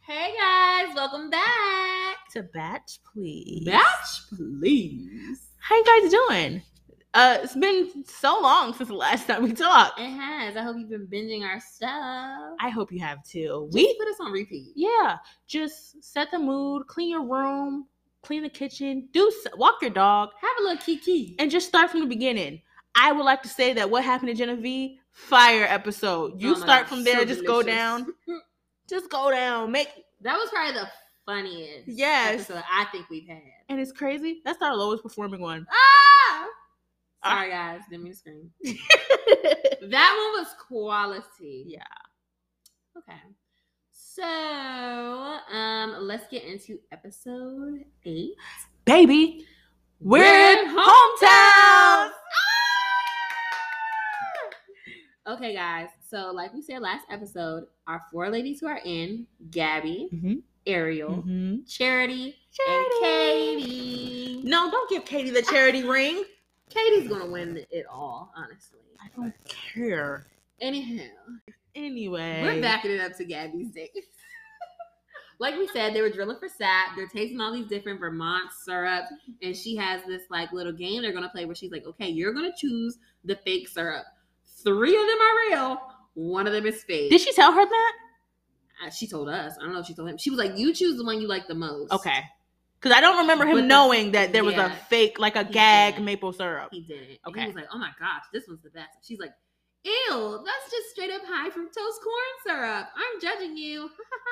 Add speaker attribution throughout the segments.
Speaker 1: Hey guys, welcome back.
Speaker 2: to batch please
Speaker 1: Batch, please.
Speaker 2: how you guys doing uh it's been so long since the last time we talked
Speaker 1: It has. I hope you've been binging our stuff.
Speaker 2: i hope you have too
Speaker 1: Just
Speaker 2: we
Speaker 1: put us on repeat.
Speaker 2: yeah just set the mood clean your room clean the kitchen do s- walk your dog
Speaker 1: Have a little kiki.
Speaker 2: and just start from the beginning i would like to say that what happened to genevieve fire episode you
Speaker 1: Oh my
Speaker 2: start
Speaker 1: God,
Speaker 2: from there
Speaker 1: so
Speaker 2: just go
Speaker 1: delicious.
Speaker 2: down just go down make
Speaker 1: That was probably the funniest
Speaker 2: Yes.
Speaker 1: episode I think we've had.
Speaker 2: and it's crazy that's our lowest performing one
Speaker 1: Ah! Sorry guys, didn't mean to scream. That one was quality.
Speaker 2: Yeah.
Speaker 1: Okay. So, um, let's get into episode eight.
Speaker 2: baby we're,
Speaker 1: We're
Speaker 2: in
Speaker 1: in
Speaker 2: hometown
Speaker 1: hometowns. Okay, guys. So, like we said last episode, our four ladies who are in Gabby,
Speaker 2: Mhm.
Speaker 1: Ariel,
Speaker 2: Mhm.
Speaker 1: Charity, and Katie.
Speaker 2: No, don't give Katie the charity ring.
Speaker 1: Katie's gonna win it all, honestly.
Speaker 2: I don't care.
Speaker 1: Anyhow,
Speaker 2: Anyway,
Speaker 1: we're backing it up to Gabby's days. like we said, they were drilling for sap. They're tasting all these different Vermont syrup, and she has this like little game they're gonna play where she's like, "Okay, you're gonna choose the fake syrup. Three of them are real. One of them is fake."
Speaker 2: Did she tell her that?
Speaker 1: Uh, she told us. I don't know if she told him. She was like, "You choose the one you like the most."
Speaker 2: Okay, because I don't remember him
Speaker 1: With the-
Speaker 2: knowing that there was
Speaker 1: yeah.
Speaker 2: a fake, like a
Speaker 1: He
Speaker 2: gag
Speaker 1: did.
Speaker 2: maple syrup.
Speaker 1: He didn't. Okay.
Speaker 2: Okay.
Speaker 1: he was like, "Oh my gosh, this one's the best." She's like, "Ew, that's just straight up high fructose corn syrup. I'm judging you."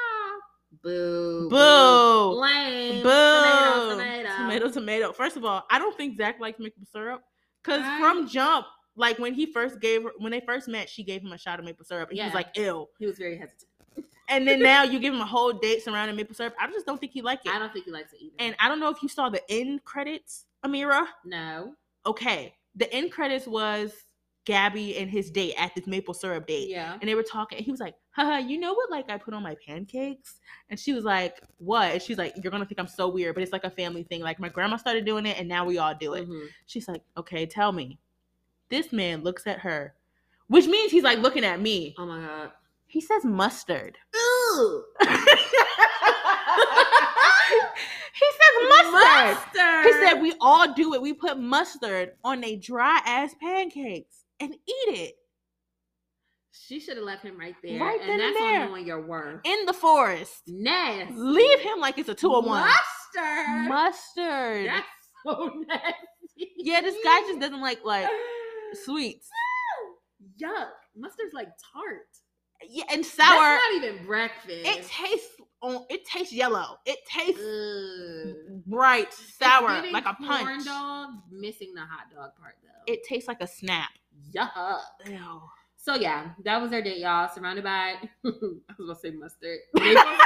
Speaker 1: Boo.
Speaker 2: Boo,
Speaker 1: Lame.
Speaker 2: boo,
Speaker 1: Tomato. Tomato.
Speaker 2: tomato, tomato. First of all, I don't think Zach likes maple syrup because
Speaker 1: I-
Speaker 2: from jump, like when he first gave her, when they first met, she gave him a shot of maple syrup, and he
Speaker 1: Yeah.
Speaker 2: was like, "Ew."
Speaker 1: He was very hesitant.
Speaker 2: And then now you give him a whole date surrounding maple syrup. I just don't think he liked it.
Speaker 1: I don't think he likes it either.
Speaker 2: and I don't know if you saw the end credits, Amira.
Speaker 1: no.
Speaker 2: okay, the end credits was Gabby and his date at this maple syrup date.
Speaker 1: Yeah.
Speaker 2: And they were talking, and he was like, haha, you know what like I put on my pancakes? And she was like, What? And she's like, You're gonna think I'm so weird, but it's like a family thing. Like my grandma started doing it and now we all do it.
Speaker 1: Mhm.
Speaker 2: She's like, Okay, tell me. This man looks at her, which means he's like looking at me.
Speaker 1: Oh my god.
Speaker 2: He says mustard.
Speaker 1: Ooh.
Speaker 2: he says mustard. He said we all do it. We put mustard on a dry ass pancakes and eat it
Speaker 1: she should have left him right there.
Speaker 2: Right then
Speaker 1: and
Speaker 2: and
Speaker 1: that's
Speaker 2: there.
Speaker 1: on knowing your worth.
Speaker 2: in the forest.
Speaker 1: Nasty.
Speaker 2: Leave him like it's a two on one.
Speaker 1: Mustard.
Speaker 2: Mustard.
Speaker 1: That's so nasty.
Speaker 2: Yeah, this guy just doesn't like like sweets.
Speaker 1: Yuck. Mustard's like tart.
Speaker 2: Yeah, and sour.
Speaker 1: That's not even breakfast.
Speaker 2: It tastes on. It tastes yellow. It tastes
Speaker 1: Ugh.
Speaker 2: bright,
Speaker 1: It's
Speaker 2: sour,
Speaker 1: giving
Speaker 2: like a
Speaker 1: Corn
Speaker 2: punch.
Speaker 1: dog, missing the hot dog part though.
Speaker 2: It tastes like a snap.
Speaker 1: Yuck.
Speaker 2: Ew.
Speaker 1: So yeah, that was their date, y'all. Surrounded by, I was gonna say mustard. Maple syrup.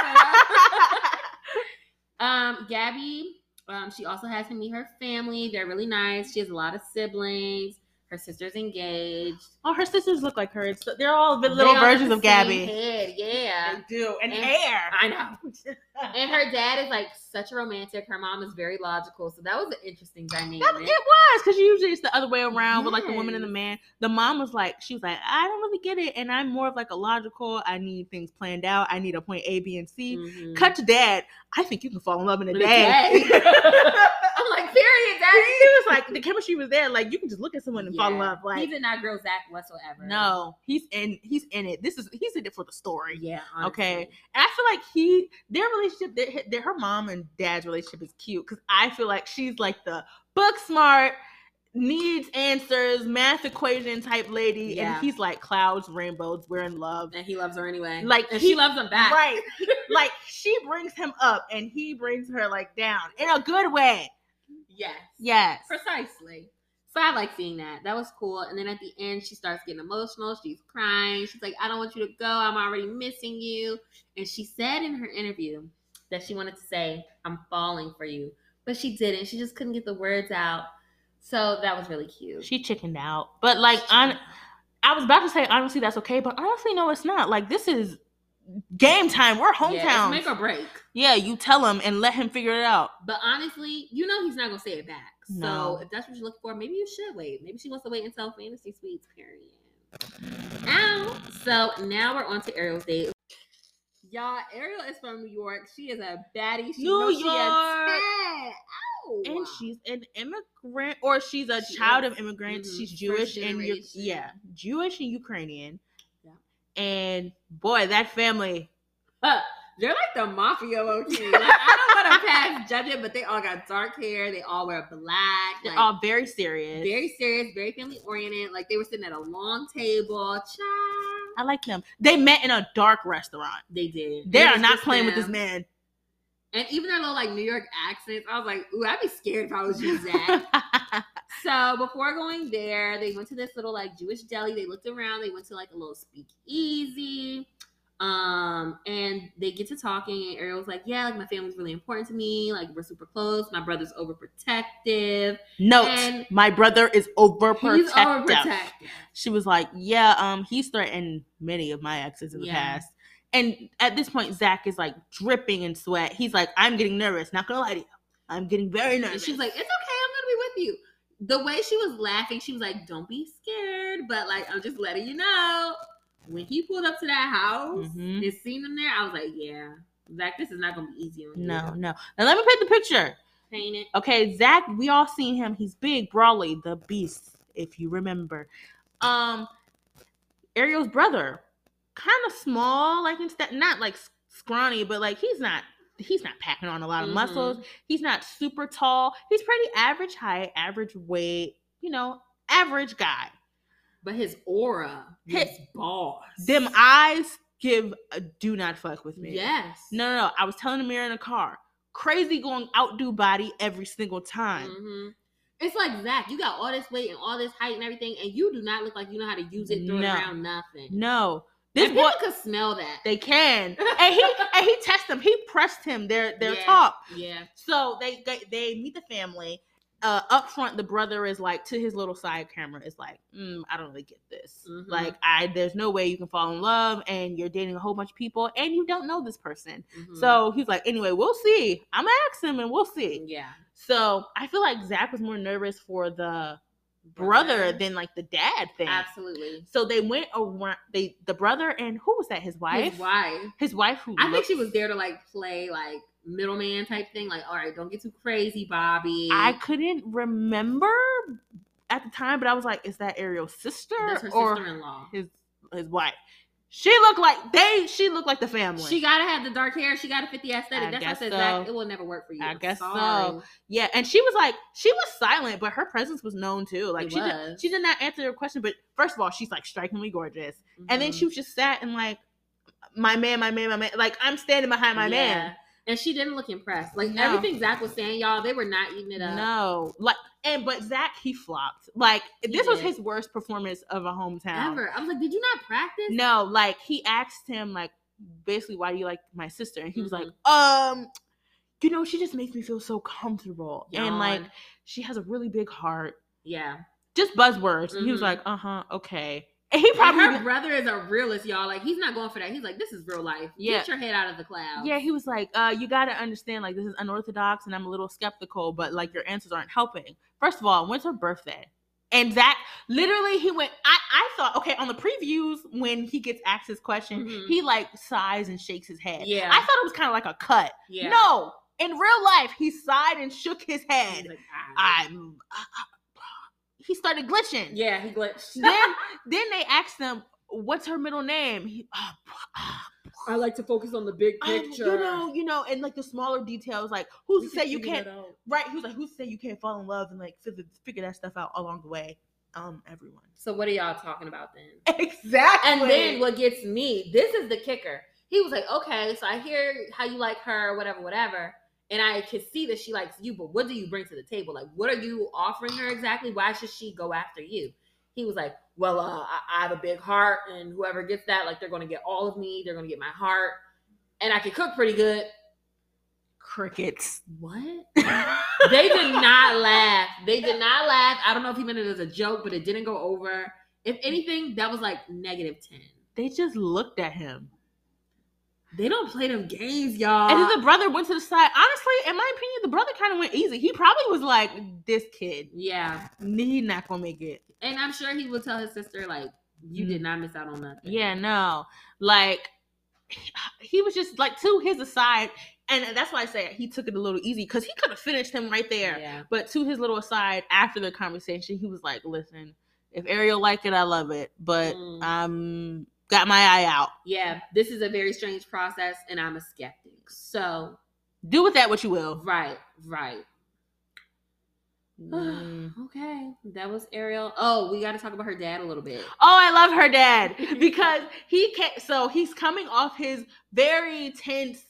Speaker 1: um, Gabby, um, she also has him meet her family. They're really nice. She has a lot of siblings. Her sister's engaged.
Speaker 2: all Oh, her sisters look like her. It's, they're all the
Speaker 1: They
Speaker 2: little
Speaker 1: all have
Speaker 2: versions
Speaker 1: the
Speaker 2: of
Speaker 1: same
Speaker 2: Gabby.
Speaker 1: head, Yeah,
Speaker 2: They do, and,
Speaker 1: And-
Speaker 2: hair.
Speaker 1: I know. And her dad is like such a romantic. Her mom is very logical. So that was an interesting dynamic.
Speaker 2: That- it was because usually it's the other way around with like the woman and the
Speaker 1: Yes.
Speaker 2: man. The mom was like, she was like, I don't really get it, and I'm more of like a logical. I need things planned out. I need a point A, B, and C.
Speaker 1: Mhm.
Speaker 2: Cut to dad. I think you can fall in love in a
Speaker 1: In a
Speaker 2: day.
Speaker 1: day.
Speaker 2: he
Speaker 1: I'm like, period, daddy.
Speaker 2: was like, the chemistry was there. Like you can just look at someone and fall in
Speaker 1: Yeah.
Speaker 2: love. Like
Speaker 1: he did not grow Zach whatsoever.
Speaker 2: no, he's in. He's in it. This is he's in it for the story.
Speaker 1: Yeah.
Speaker 2: Okay.
Speaker 1: honestly.
Speaker 2: And I feel like he, their relationship, their, their her mom and dad's relationship is cute because I feel like she's like the book smart, needs answers, math equation type lady,
Speaker 1: Yeah.
Speaker 2: and he's like clouds, rainbows, we're in love.
Speaker 1: And he loves her anyway.
Speaker 2: Like,
Speaker 1: and
Speaker 2: he-
Speaker 1: she loves him back.
Speaker 2: Right, like she brings him up and he brings her like down in a good way.
Speaker 1: Yes.
Speaker 2: Yes,
Speaker 1: Precisely. So I like seeing that. That was cool. And then at the end, she starts getting emotional. She's crying. She's like, I don't want you to go. I'm already missing you. And she said in her interview that she wanted to say, I'm falling for you. But she didn't. She just couldn't get the words out. So that was really cute.
Speaker 2: she chickened out, but like on, I was about to say honestly that's okay, but honestly no, it's not. Like this is game time. We're hometown.
Speaker 1: Yeah,
Speaker 2: Yeah,
Speaker 1: it's make or break.
Speaker 2: you tell him and let him figure it out.
Speaker 1: But honestly, you know he's not gonna say it back.
Speaker 2: No.
Speaker 1: So if that's what you're looking for, maybe you should wait. Maybe she wants to wait until fantasy suites period. Ow. So now we're on to Ariel's date. Y'all, Ariel is from New York. She is a baddie. She
Speaker 2: New
Speaker 1: knows she a
Speaker 2: York.
Speaker 1: 10. Ow.
Speaker 2: and she's an immigrant or she's a
Speaker 1: She
Speaker 2: child
Speaker 1: is.
Speaker 2: of immigrants
Speaker 1: Mhm.
Speaker 2: she's
Speaker 1: First
Speaker 2: jewish and U-
Speaker 1: generation.
Speaker 2: yeah jewish and ukrainian
Speaker 1: Yeah.
Speaker 2: and boy that family
Speaker 1: Huh. they're like the mafia low key. Like, I don't want to pass judgment, but they all got dark hair. They all wear black.
Speaker 2: they're
Speaker 1: like,
Speaker 2: all very serious
Speaker 1: very serious, very family oriented. Like they were sitting at a long table. Child.
Speaker 2: i like them they met in a dark restaurant
Speaker 1: They did.
Speaker 2: they
Speaker 1: It
Speaker 2: are
Speaker 1: was
Speaker 2: not
Speaker 1: just
Speaker 2: playing with
Speaker 1: them.
Speaker 2: this man
Speaker 1: And even their little like New York accents, I was like, ooh, I'd be scared if I was you, Zach. So before going there, they went to this little like Jewish deli. They looked around. They went to like a little speakeasy. Um, and they get to talking, and Ariel was like, "Yeah, like my family's really important to me. Like we're super close. My brother's overprotective.
Speaker 2: note
Speaker 1: And-
Speaker 2: my brother is overprotective
Speaker 1: He's overprotective.
Speaker 2: she was like yeah um he's threatened many of my exes in the
Speaker 1: Yeah.
Speaker 2: past and at this point zach is like dripping in sweat he's like i'm getting nervous not gonna lie to you i'm getting very nervous
Speaker 1: And she's like, "It's okay. I'm gonna be with you." The way she was laughing, she was like, "Don't be scared, but like I'm just letting you know." When he pulled up to that house
Speaker 2: Mhm.
Speaker 1: and seen them there, I was like, "Yeah, Zach, this is not gonna be easy on you."
Speaker 2: No, no. Now let me paint the picture.
Speaker 1: paint it.
Speaker 2: Okay, Zach, we all seen him. He's big, brawly, the beast, if you remember. Um, Ariel's brother, kind of small, like instead, not like s- scrawny, but like he's not. He's not packing on a lot of
Speaker 1: Mhm.
Speaker 2: muscles. He's not super tall. He's pretty average height, average weight. You know, average guy.
Speaker 1: But his aura,
Speaker 2: Hit-
Speaker 1: his boss.
Speaker 2: Them eyes give. A do not fuck with me.
Speaker 1: Yes.
Speaker 2: No, no, no. I was telling the mirror in the car. Crazy going outdo body every single time.
Speaker 1: Mhm. It's like Zach, you got all this weight and all this height and everything, and you do not look like you know how to use it, throw it
Speaker 2: No.
Speaker 1: around nothing.
Speaker 2: No,
Speaker 1: And
Speaker 2: this
Speaker 1: people
Speaker 2: boy
Speaker 1: could smell that.
Speaker 2: they can, and he and he tests them. He pressed him their their
Speaker 1: Yeah.
Speaker 2: top.
Speaker 1: Yeah.
Speaker 2: So they, they they meet the family. Uh, up front, the brother is like to his little side camera is like, mm, I don't really get this.
Speaker 1: Mhm.
Speaker 2: Like, I there's no way you can fall in love, and you're dating a whole bunch of people, and you don't know this person.
Speaker 1: Mhm.
Speaker 2: So he's like, anyway, we'll see. I'm gonna ask him, and we'll see.
Speaker 1: yeah.
Speaker 2: So I feel like Zach was more nervous for the brother than like the dad thing.
Speaker 1: Absolutely.
Speaker 2: So they went around. They the brother and who was that? His wife.
Speaker 1: His wife.
Speaker 2: His wife who
Speaker 1: I think
Speaker 2: looked-
Speaker 1: she was there to like play like middleman type thing. Like, all right, don't get too crazy, Bobby.
Speaker 2: I couldn't remember at the time, but I was like, is that Ariel's sister
Speaker 1: That's her
Speaker 2: or
Speaker 1: sister-in-law.
Speaker 2: his his wife? She looked like they. She looked like the family.
Speaker 1: She gotta have the dark hair. She got a 50 aesthetic.
Speaker 2: I
Speaker 1: That's why I
Speaker 2: guess
Speaker 1: said, Zach,
Speaker 2: so.
Speaker 1: it will never work for you.
Speaker 2: I
Speaker 1: I'm
Speaker 2: guess so.
Speaker 1: sorry.
Speaker 2: yeah, and she was like, she was silent, but her presence was known too. Like
Speaker 1: It
Speaker 2: she did,
Speaker 1: was.
Speaker 2: she did not answer your question, but first of all, she's like strikingly gorgeous, and then
Speaker 1: Mhm.
Speaker 2: she was just sat and like, my man, my man, my man. Like I'm standing behind my man.
Speaker 1: Mm-hmm. Yeah. And she didn't look impressed. Like
Speaker 2: No.
Speaker 1: everything Zach was saying, y'all, they were not eating it up.
Speaker 2: No, like, and but Zach he flopped. Like
Speaker 1: He
Speaker 2: this was
Speaker 1: did.
Speaker 2: his worst performance of a hometown.
Speaker 1: Ever. I was like, did you not practice?
Speaker 2: No, like he asked him like basically why do you like my sister, and he was
Speaker 1: Mhm.
Speaker 2: like, um, you know she just makes me feel so comfortable, and
Speaker 1: Yawn.
Speaker 2: like she has a really big heart.
Speaker 1: yeah.
Speaker 2: Just buzzwords. And he was
Speaker 1: Mhm.
Speaker 2: like, uh huh, okay. And he
Speaker 1: And
Speaker 2: probably
Speaker 1: her brother is a realist, y'all. Like he's not going for that. He's like, this is real life.
Speaker 2: Yeah.
Speaker 1: Get your head out of the clouds.
Speaker 2: yeah, he was like, uh, you gotta understand, like this is unorthodox, and I'm a little skeptical, but like your answers aren't helping. First of all, when's her birthday? And Zach, literally, he went. I, I thought, okay, on the previews when he gets asked this question,
Speaker 1: Mhm.
Speaker 2: he like sighs and shakes his head.
Speaker 1: Yeah.
Speaker 2: I thought it was kind of like a cut.
Speaker 1: yeah.
Speaker 2: No, in real life, he sighed and shook his
Speaker 1: He's
Speaker 2: head.
Speaker 1: like, ah.
Speaker 2: I'm. uh, he started glitching.
Speaker 1: yeah, he glitched.
Speaker 2: Then, then they asked him, "What's her middle name?" He, ah,
Speaker 1: I like to focus on the big
Speaker 2: um, you know, you know, and like the smaller details, like who's to say you can't? Right? He was like, who's to say you can't fall in love and like figure, figure that stuff out along the way? Um, everyone.
Speaker 1: So what are y'all talking about then?
Speaker 2: Exactly.
Speaker 1: And then what gets me, this is the kicker. He was like, okay, so I hear how you like her, whatever, whatever. And I can see that she likes you, but what do you bring to the table? Like, what are you offering her exactly? Why should she go after you? He was like, well, uh, I, I have a big heart, and whoever gets that, like, they're going to get all of me. They're going to get my heart. And I can cook pretty good.
Speaker 2: crickets.
Speaker 1: What? they did not laugh. They did not laugh. I don't know if he meant it as a joke, but it didn't go over. If anything, that was like negative 10.
Speaker 2: They just looked at him.
Speaker 1: They don't play them games, y'all.
Speaker 2: and then the brother went to the side. Honestly, in my opinion, the brother kind of went easy. He probably was like, "This kid,
Speaker 1: yeah,
Speaker 2: he not gonna make it."
Speaker 1: and I'm sure he will tell Mm. his sister like, "You did not miss out on nothing."
Speaker 2: Yeah, no, like he- He was just like to his aside, and that's why I say he took it a little easy because he could have finished him right there.
Speaker 1: Yeah.
Speaker 2: But to his little aside after the conversation, he was like, "Listen, if Ariel like it, I love it, but
Speaker 1: Mm.
Speaker 2: I'm got my eye out.
Speaker 1: yeah, this is a very strange process, and I'm a skeptic. So,
Speaker 2: Do with that what you will."
Speaker 1: right, right.
Speaker 2: Mm.
Speaker 1: Okay, that was Ariel. Oh, we got to talk about her dad a little bit.
Speaker 2: Oh, I love her dad because he can't. So he's coming off his very tense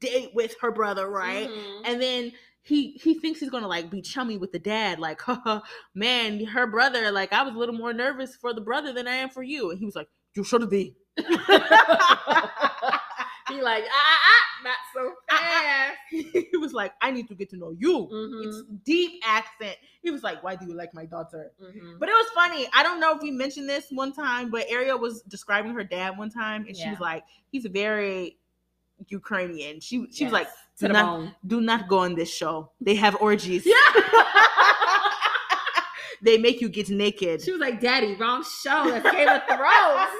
Speaker 2: date with her brother, right?
Speaker 1: Mhm.
Speaker 2: And then he he thinks he's gonna like be chummy with the dad, like, man, her brother. Like I was a little more nervous for the brother than I am for you, and he was like, you should be.
Speaker 1: He like ah, ah, ah, not so fast.
Speaker 2: ah. he was like, I need to get to know you. It's
Speaker 1: Mhm,
Speaker 2: deep accent. He was like, why do you like my daughter?
Speaker 1: mhm.
Speaker 2: But it was funny. I don't know if we mentioned this one time, but Ariel was describing her dad one time, and she
Speaker 1: Yeah.
Speaker 2: was like, "He's very Ukrainian." She she
Speaker 1: Yes,
Speaker 2: was like,
Speaker 1: to the
Speaker 2: not-
Speaker 1: bone.
Speaker 2: "Do not go on this show. They have orgies.
Speaker 1: Yeah.
Speaker 2: They make you get naked.
Speaker 1: she was like, "Daddy, wrong show. That's Game of Thrones."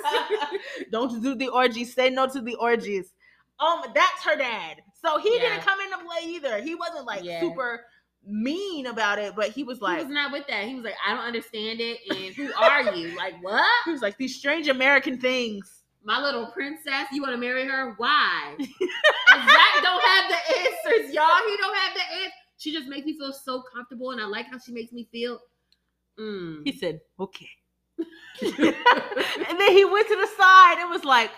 Speaker 2: Don't do the orgies. Say no to the orgies." Um, that's her dad. So he
Speaker 1: Yeah.
Speaker 2: didn't come into play either. He wasn't like
Speaker 1: Yeah.
Speaker 2: super mean about it, but he was like,
Speaker 1: he was not with that. He was like, "I don't understand it." And who are you? Like what?
Speaker 2: he was like these strange American things.
Speaker 1: my little princess, you want to marry her? Why? And Zach don't have the answers, y'all. He don't have the answers. She just makes me feel so comfortable, and I like how she makes me feel. Mm.
Speaker 2: He said, okay. and then he went to the side and was like,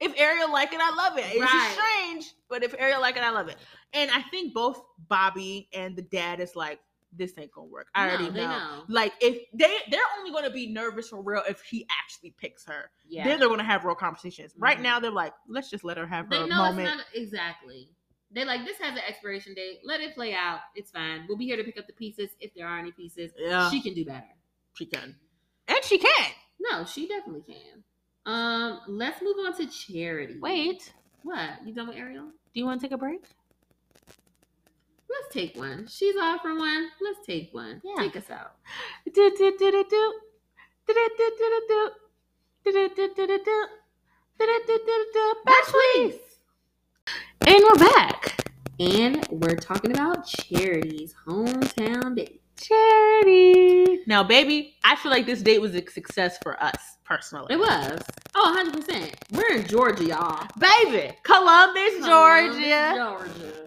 Speaker 2: if Ariel like it, I love it. It's just
Speaker 1: Right.
Speaker 2: strange, but if Ariel like it, I love it. And I think both Bobby and the dad is like, this ain't gonna work. I
Speaker 1: No,
Speaker 2: already
Speaker 1: they
Speaker 2: know. Like if they they're only gonna be nervous for real if he actually picks her.
Speaker 1: Yeah,
Speaker 2: Then they're gonna have real conversations. Right
Speaker 1: Mhm.
Speaker 2: now they're like, let's just let her have
Speaker 1: they
Speaker 2: her
Speaker 1: know
Speaker 2: moment.
Speaker 1: it's not exactly. They like this has an expiration date. Let it play out. It's fine. We'll be here to pick up the pieces if there are any pieces.
Speaker 2: yeah, she,
Speaker 1: She can do better.
Speaker 2: can, and she can.
Speaker 1: No, she definitely can. Um, let's move on to charity. what? You done with Ariel?
Speaker 2: do you want to take a break?
Speaker 1: Let's take one. She's offering one. Let's take one.
Speaker 2: Yeah.
Speaker 1: Take us out.
Speaker 2: do do do do do do do do do do do do do do do do do do do back please and we're back
Speaker 1: And we're talking about charities, hometown day.
Speaker 2: charity now baby i feel like this date was a success for us personally
Speaker 1: It was. Oh, 100%. We're in Georgia, y'all.
Speaker 2: baby columbus georgia
Speaker 1: Columbus, Georgia.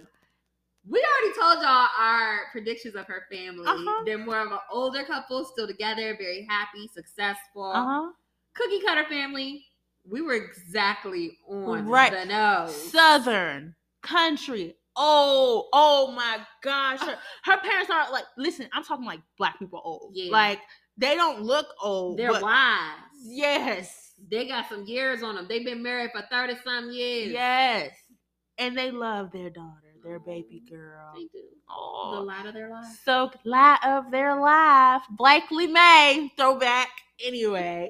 Speaker 1: We already told y'all our predictions of her family.
Speaker 2: Uh-huh.
Speaker 1: They're more of an older couple, still together, very happy, successful.
Speaker 2: uh-huh
Speaker 1: Cookie cutter family. We were exactly on
Speaker 2: Right.
Speaker 1: the nose.
Speaker 2: southern country oh oh my gosh her, her parents are like listen i'm talking like black people old
Speaker 1: Yeah.
Speaker 2: like they don't look old
Speaker 1: They're
Speaker 2: but-
Speaker 1: wise.
Speaker 2: yes
Speaker 1: They got some years on them. They've been married for 30 some years.
Speaker 2: Yes. And they love their daughter, their baby girl.
Speaker 1: They do. The
Speaker 2: Oh.
Speaker 1: light of their life.
Speaker 2: So light of their life. Blakely May. Throwback. Anyway.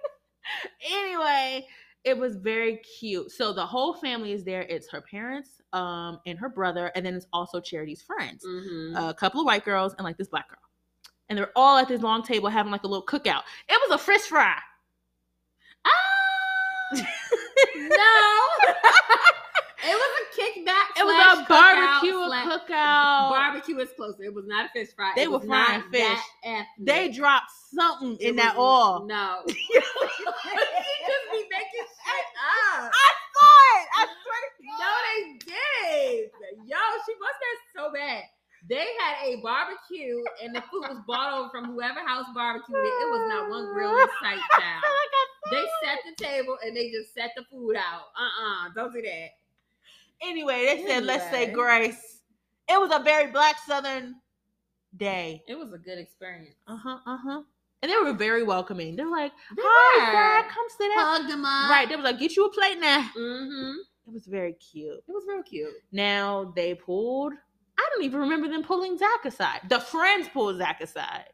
Speaker 2: anyway, it was very cute. So the whole family is there. It's her parents, um, and her brother, and then it's also Charity's friends.
Speaker 1: Mm-hmm.
Speaker 2: A couple of white girls and like this black girl. And they're all at this long table having like a little cookout. It was a fish fry.
Speaker 1: Ah! no. it was a kickback.
Speaker 2: It was
Speaker 1: slash
Speaker 2: a
Speaker 1: cookout
Speaker 2: barbecue
Speaker 1: slash-
Speaker 2: cookout.
Speaker 1: Barbecue is closer. It was not a fish fry.
Speaker 2: They
Speaker 1: It
Speaker 2: were
Speaker 1: was not
Speaker 2: frying fish.
Speaker 1: that ethnic.
Speaker 2: They dropped something
Speaker 1: It
Speaker 2: in that
Speaker 1: was-
Speaker 2: all.
Speaker 1: No. you just be making shit up.
Speaker 2: I saw it. I swear to
Speaker 1: No, they did. Yo, she must have so bad. They had a barbecue and the food was bought over from whoever house barbecued it. It was not one grill in sight,
Speaker 2: I
Speaker 1: child.
Speaker 2: feel like I
Speaker 1: They set the table and they just set the food out. Uh uh-uh, uh, do not do that.
Speaker 2: Anyway, they said, let's say
Speaker 1: Anyway.
Speaker 2: grace. It was a very black Southern day.
Speaker 1: It was a good experience.
Speaker 2: Uh huh. Uh huh. And they were very welcoming. They're like,
Speaker 1: They
Speaker 2: hi,
Speaker 1: were.
Speaker 2: sir, come sit down.
Speaker 1: Hugged them up.
Speaker 2: Right. They was like, get you a plate now.
Speaker 1: Mm-hmm.
Speaker 2: It was very cute.
Speaker 1: It was real cute.
Speaker 2: Now they pulled. I don't even remember them pulling Zach aside. The friends pulled Zach aside.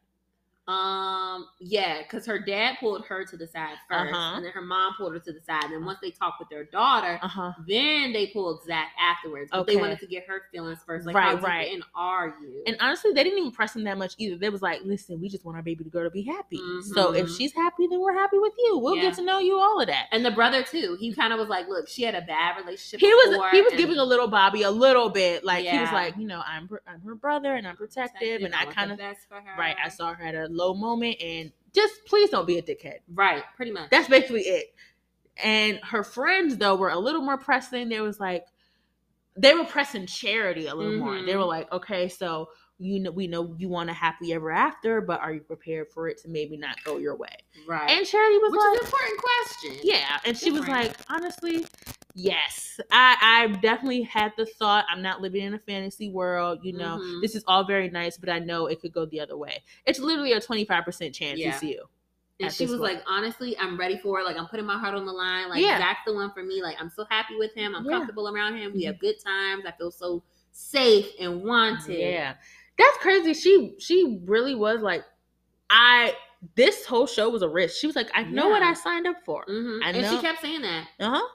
Speaker 1: Um, yeah, because her dad pulled her to the side 1st
Speaker 2: Uh-huh.
Speaker 1: and then her mom pulled her to the side. And once they talked with their daughter,
Speaker 2: Uh huh.
Speaker 1: then they pulled Zach afterwards. But they
Speaker 2: Okay.
Speaker 1: wanted to get her feelings first. Like,
Speaker 2: Right,
Speaker 1: how deep
Speaker 2: right.
Speaker 1: in are you?
Speaker 2: And honestly, they didn't even press him that much either. They was like, "Listen, we just want our baby girl to be happy. So if
Speaker 1: Mhm.
Speaker 2: she's happy, then we're happy with you. We'll
Speaker 1: Yeah.
Speaker 2: get to know you. All of that."
Speaker 1: And the brother too. He kind of was like, "Look, she had a bad relationship."
Speaker 2: He was
Speaker 1: before,
Speaker 2: he was
Speaker 1: and
Speaker 2: giving a little Bobby a little bit like he was
Speaker 1: Yeah.
Speaker 2: like, you know, I'm pr- I'm her brother and I'm protective, and I
Speaker 1: want
Speaker 2: kind
Speaker 1: the
Speaker 2: of
Speaker 1: best for her.
Speaker 2: right. I saw her at a low moment, and just please don't be a dickhead.
Speaker 1: right, pretty much.
Speaker 2: That's basically it. And her friends though were a little more pressing. They was like they were pressing charity a little more. They
Speaker 1: Mhm.
Speaker 2: were like, okay, so you know we know you want a happy ever after, but are you prepared for it to maybe not go your way?
Speaker 1: right,
Speaker 2: And Charity was
Speaker 1: which
Speaker 2: like
Speaker 1: is an important question.
Speaker 2: yeah, and she was
Speaker 1: Different.
Speaker 2: like, honestly, yes, I I definitely had the thought. I'm not living in a fantasy world, you know.
Speaker 1: Mhm.
Speaker 2: This is all very nice, but I know it could go the other way. It's literally a 25 percent chance
Speaker 1: Yeah.
Speaker 2: it's you.
Speaker 1: and
Speaker 2: at
Speaker 1: she
Speaker 2: this
Speaker 1: was
Speaker 2: point.
Speaker 1: like, "Honestly, I'm ready for it. Like, I'm putting my heart on the line. Like,
Speaker 2: Yeah.
Speaker 1: that's the one for me. Like, I'm so happy with him. I'm
Speaker 2: Yeah. Mm-hmm.
Speaker 1: comfortable around him. We have good times. I feel so safe and wanted.
Speaker 2: Yeah, that's crazy. She she really was like, I. This whole show was a risk. She was like, I know what
Speaker 1: Yeah.
Speaker 2: I signed up for.
Speaker 1: Mhm.
Speaker 2: I
Speaker 1: And she
Speaker 2: know.
Speaker 1: kept saying that.
Speaker 2: Uh huh.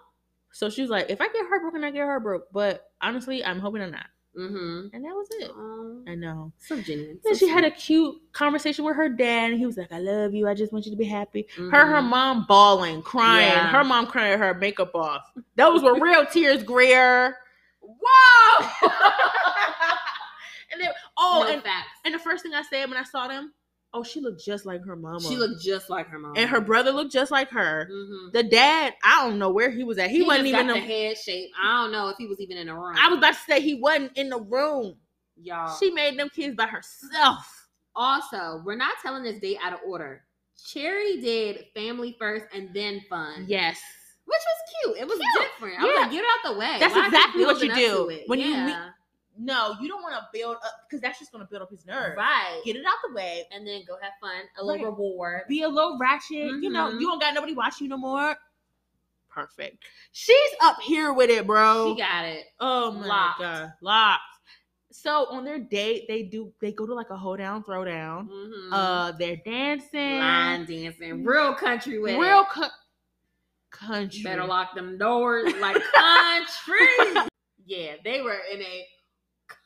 Speaker 2: So she was like, if I get heartbroken, I get heartbroken. But honestly, I'm hoping I'm not.
Speaker 1: Mm-hmm.
Speaker 2: And that was it. I know.
Speaker 1: so genuine.
Speaker 2: Then
Speaker 1: so
Speaker 2: she had a
Speaker 1: sweet.
Speaker 2: cute conversation with her dad, and he was like, "I love you. I just want you to be happy." Her and her
Speaker 1: Mhm.
Speaker 2: mom bawling, crying.
Speaker 1: Yeah.
Speaker 2: Her mom crying her makeup off. Those were real tears, Greer.
Speaker 1: Whoa!
Speaker 2: and then oh,
Speaker 1: no
Speaker 2: and,
Speaker 1: facts.
Speaker 2: and the first thing I said when I saw them, oh, she looked just like her mama.
Speaker 1: she looked just like her mom.
Speaker 2: and her brother looked just like her.
Speaker 1: Mhm.
Speaker 2: The dad, I don't know where he was at. He, wasn't
Speaker 1: just
Speaker 2: even.
Speaker 1: got the
Speaker 2: in-
Speaker 1: head shape. I don't know if he was even in the room.
Speaker 2: I was about to say he wasn't in the room.
Speaker 1: y'all.
Speaker 2: She made them kids by herself.
Speaker 1: also, we're not telling this date out of order. Cherry did family first and then fun,
Speaker 2: Yes.
Speaker 1: which was cute. It was
Speaker 2: Cute.
Speaker 1: different. I was
Speaker 2: Yeah.
Speaker 1: like, get it out the way.
Speaker 2: That's
Speaker 1: Why keep
Speaker 2: exactly what you
Speaker 1: building up
Speaker 2: do
Speaker 1: to it?
Speaker 2: when you
Speaker 1: Yeah.
Speaker 2: No, you don't want to build up because that's just going to build up his nerves.
Speaker 1: right,
Speaker 2: Get it out the way.
Speaker 1: and then go have fun, a little
Speaker 2: Right.
Speaker 1: reward.
Speaker 2: Be a little ratchet. You know,
Speaker 1: Mhm.
Speaker 2: you don't got nobody watching you no more. Mm-hmm. Perfect. She's up here with it, bro.
Speaker 1: She got it.
Speaker 2: oh my
Speaker 1: locked.
Speaker 2: god, locked. So on their date, they do they go to like a hold down, throw down.
Speaker 1: Mhm.
Speaker 2: Uh, they're dancing.
Speaker 1: Line dancing, real country with
Speaker 2: Real
Speaker 1: it.
Speaker 2: co- country.
Speaker 1: Better lock them doors, like country. yeah, they were in a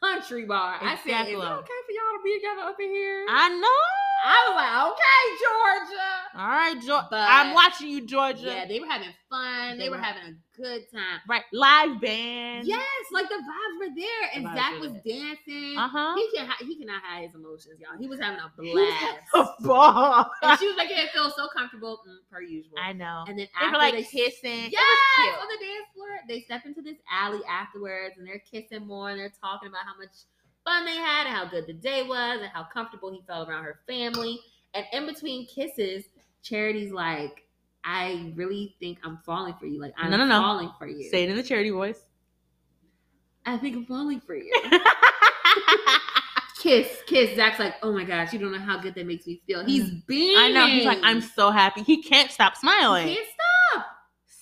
Speaker 1: country bar. I said,
Speaker 2: Exactly.
Speaker 1: is it okay for y'all to be together up in here?
Speaker 2: I know.
Speaker 1: I was like, okay, Georgia.
Speaker 2: All right, Georgia.
Speaker 1: But-
Speaker 2: I'm watching you, Georgia.
Speaker 1: Yeah, they were having fun. They,
Speaker 2: They
Speaker 1: were
Speaker 2: were-
Speaker 1: having a good time.
Speaker 2: right, live band.
Speaker 1: Yes, like the vibes were there, and
Speaker 2: vibes
Speaker 1: Zach
Speaker 2: were
Speaker 1: was dancing.
Speaker 2: Uh huh.
Speaker 1: He can hi- he cannot hide his emotions, y'all. He was having a
Speaker 2: He was
Speaker 1: blast.
Speaker 2: a ball.
Speaker 1: and she was making it feel so comfortable, mm, per usual.
Speaker 2: I know.
Speaker 1: and then
Speaker 2: they
Speaker 1: after
Speaker 2: were like
Speaker 1: they
Speaker 2: kissing.
Speaker 1: yes,
Speaker 2: It was
Speaker 1: on the dance floor, they step into this alley afterwards, and they're kissing more, and they're talking about how much fun they had, and how good the day was, and how comfortable he felt around her family. And in between kisses, Charity's like, "I really think I'm falling for you. Like I'm
Speaker 2: No, no, no.
Speaker 1: falling for you.
Speaker 2: cute. Say it in the charity voice.
Speaker 1: I think I'm falling for you." kiss, kiss. Zach's like, "Oh my gosh, you don't know how good that makes me feel." He's beaming.
Speaker 2: Mm-hmm. I know. He's like, I'm so happy. He can't stop smiling.
Speaker 1: Can't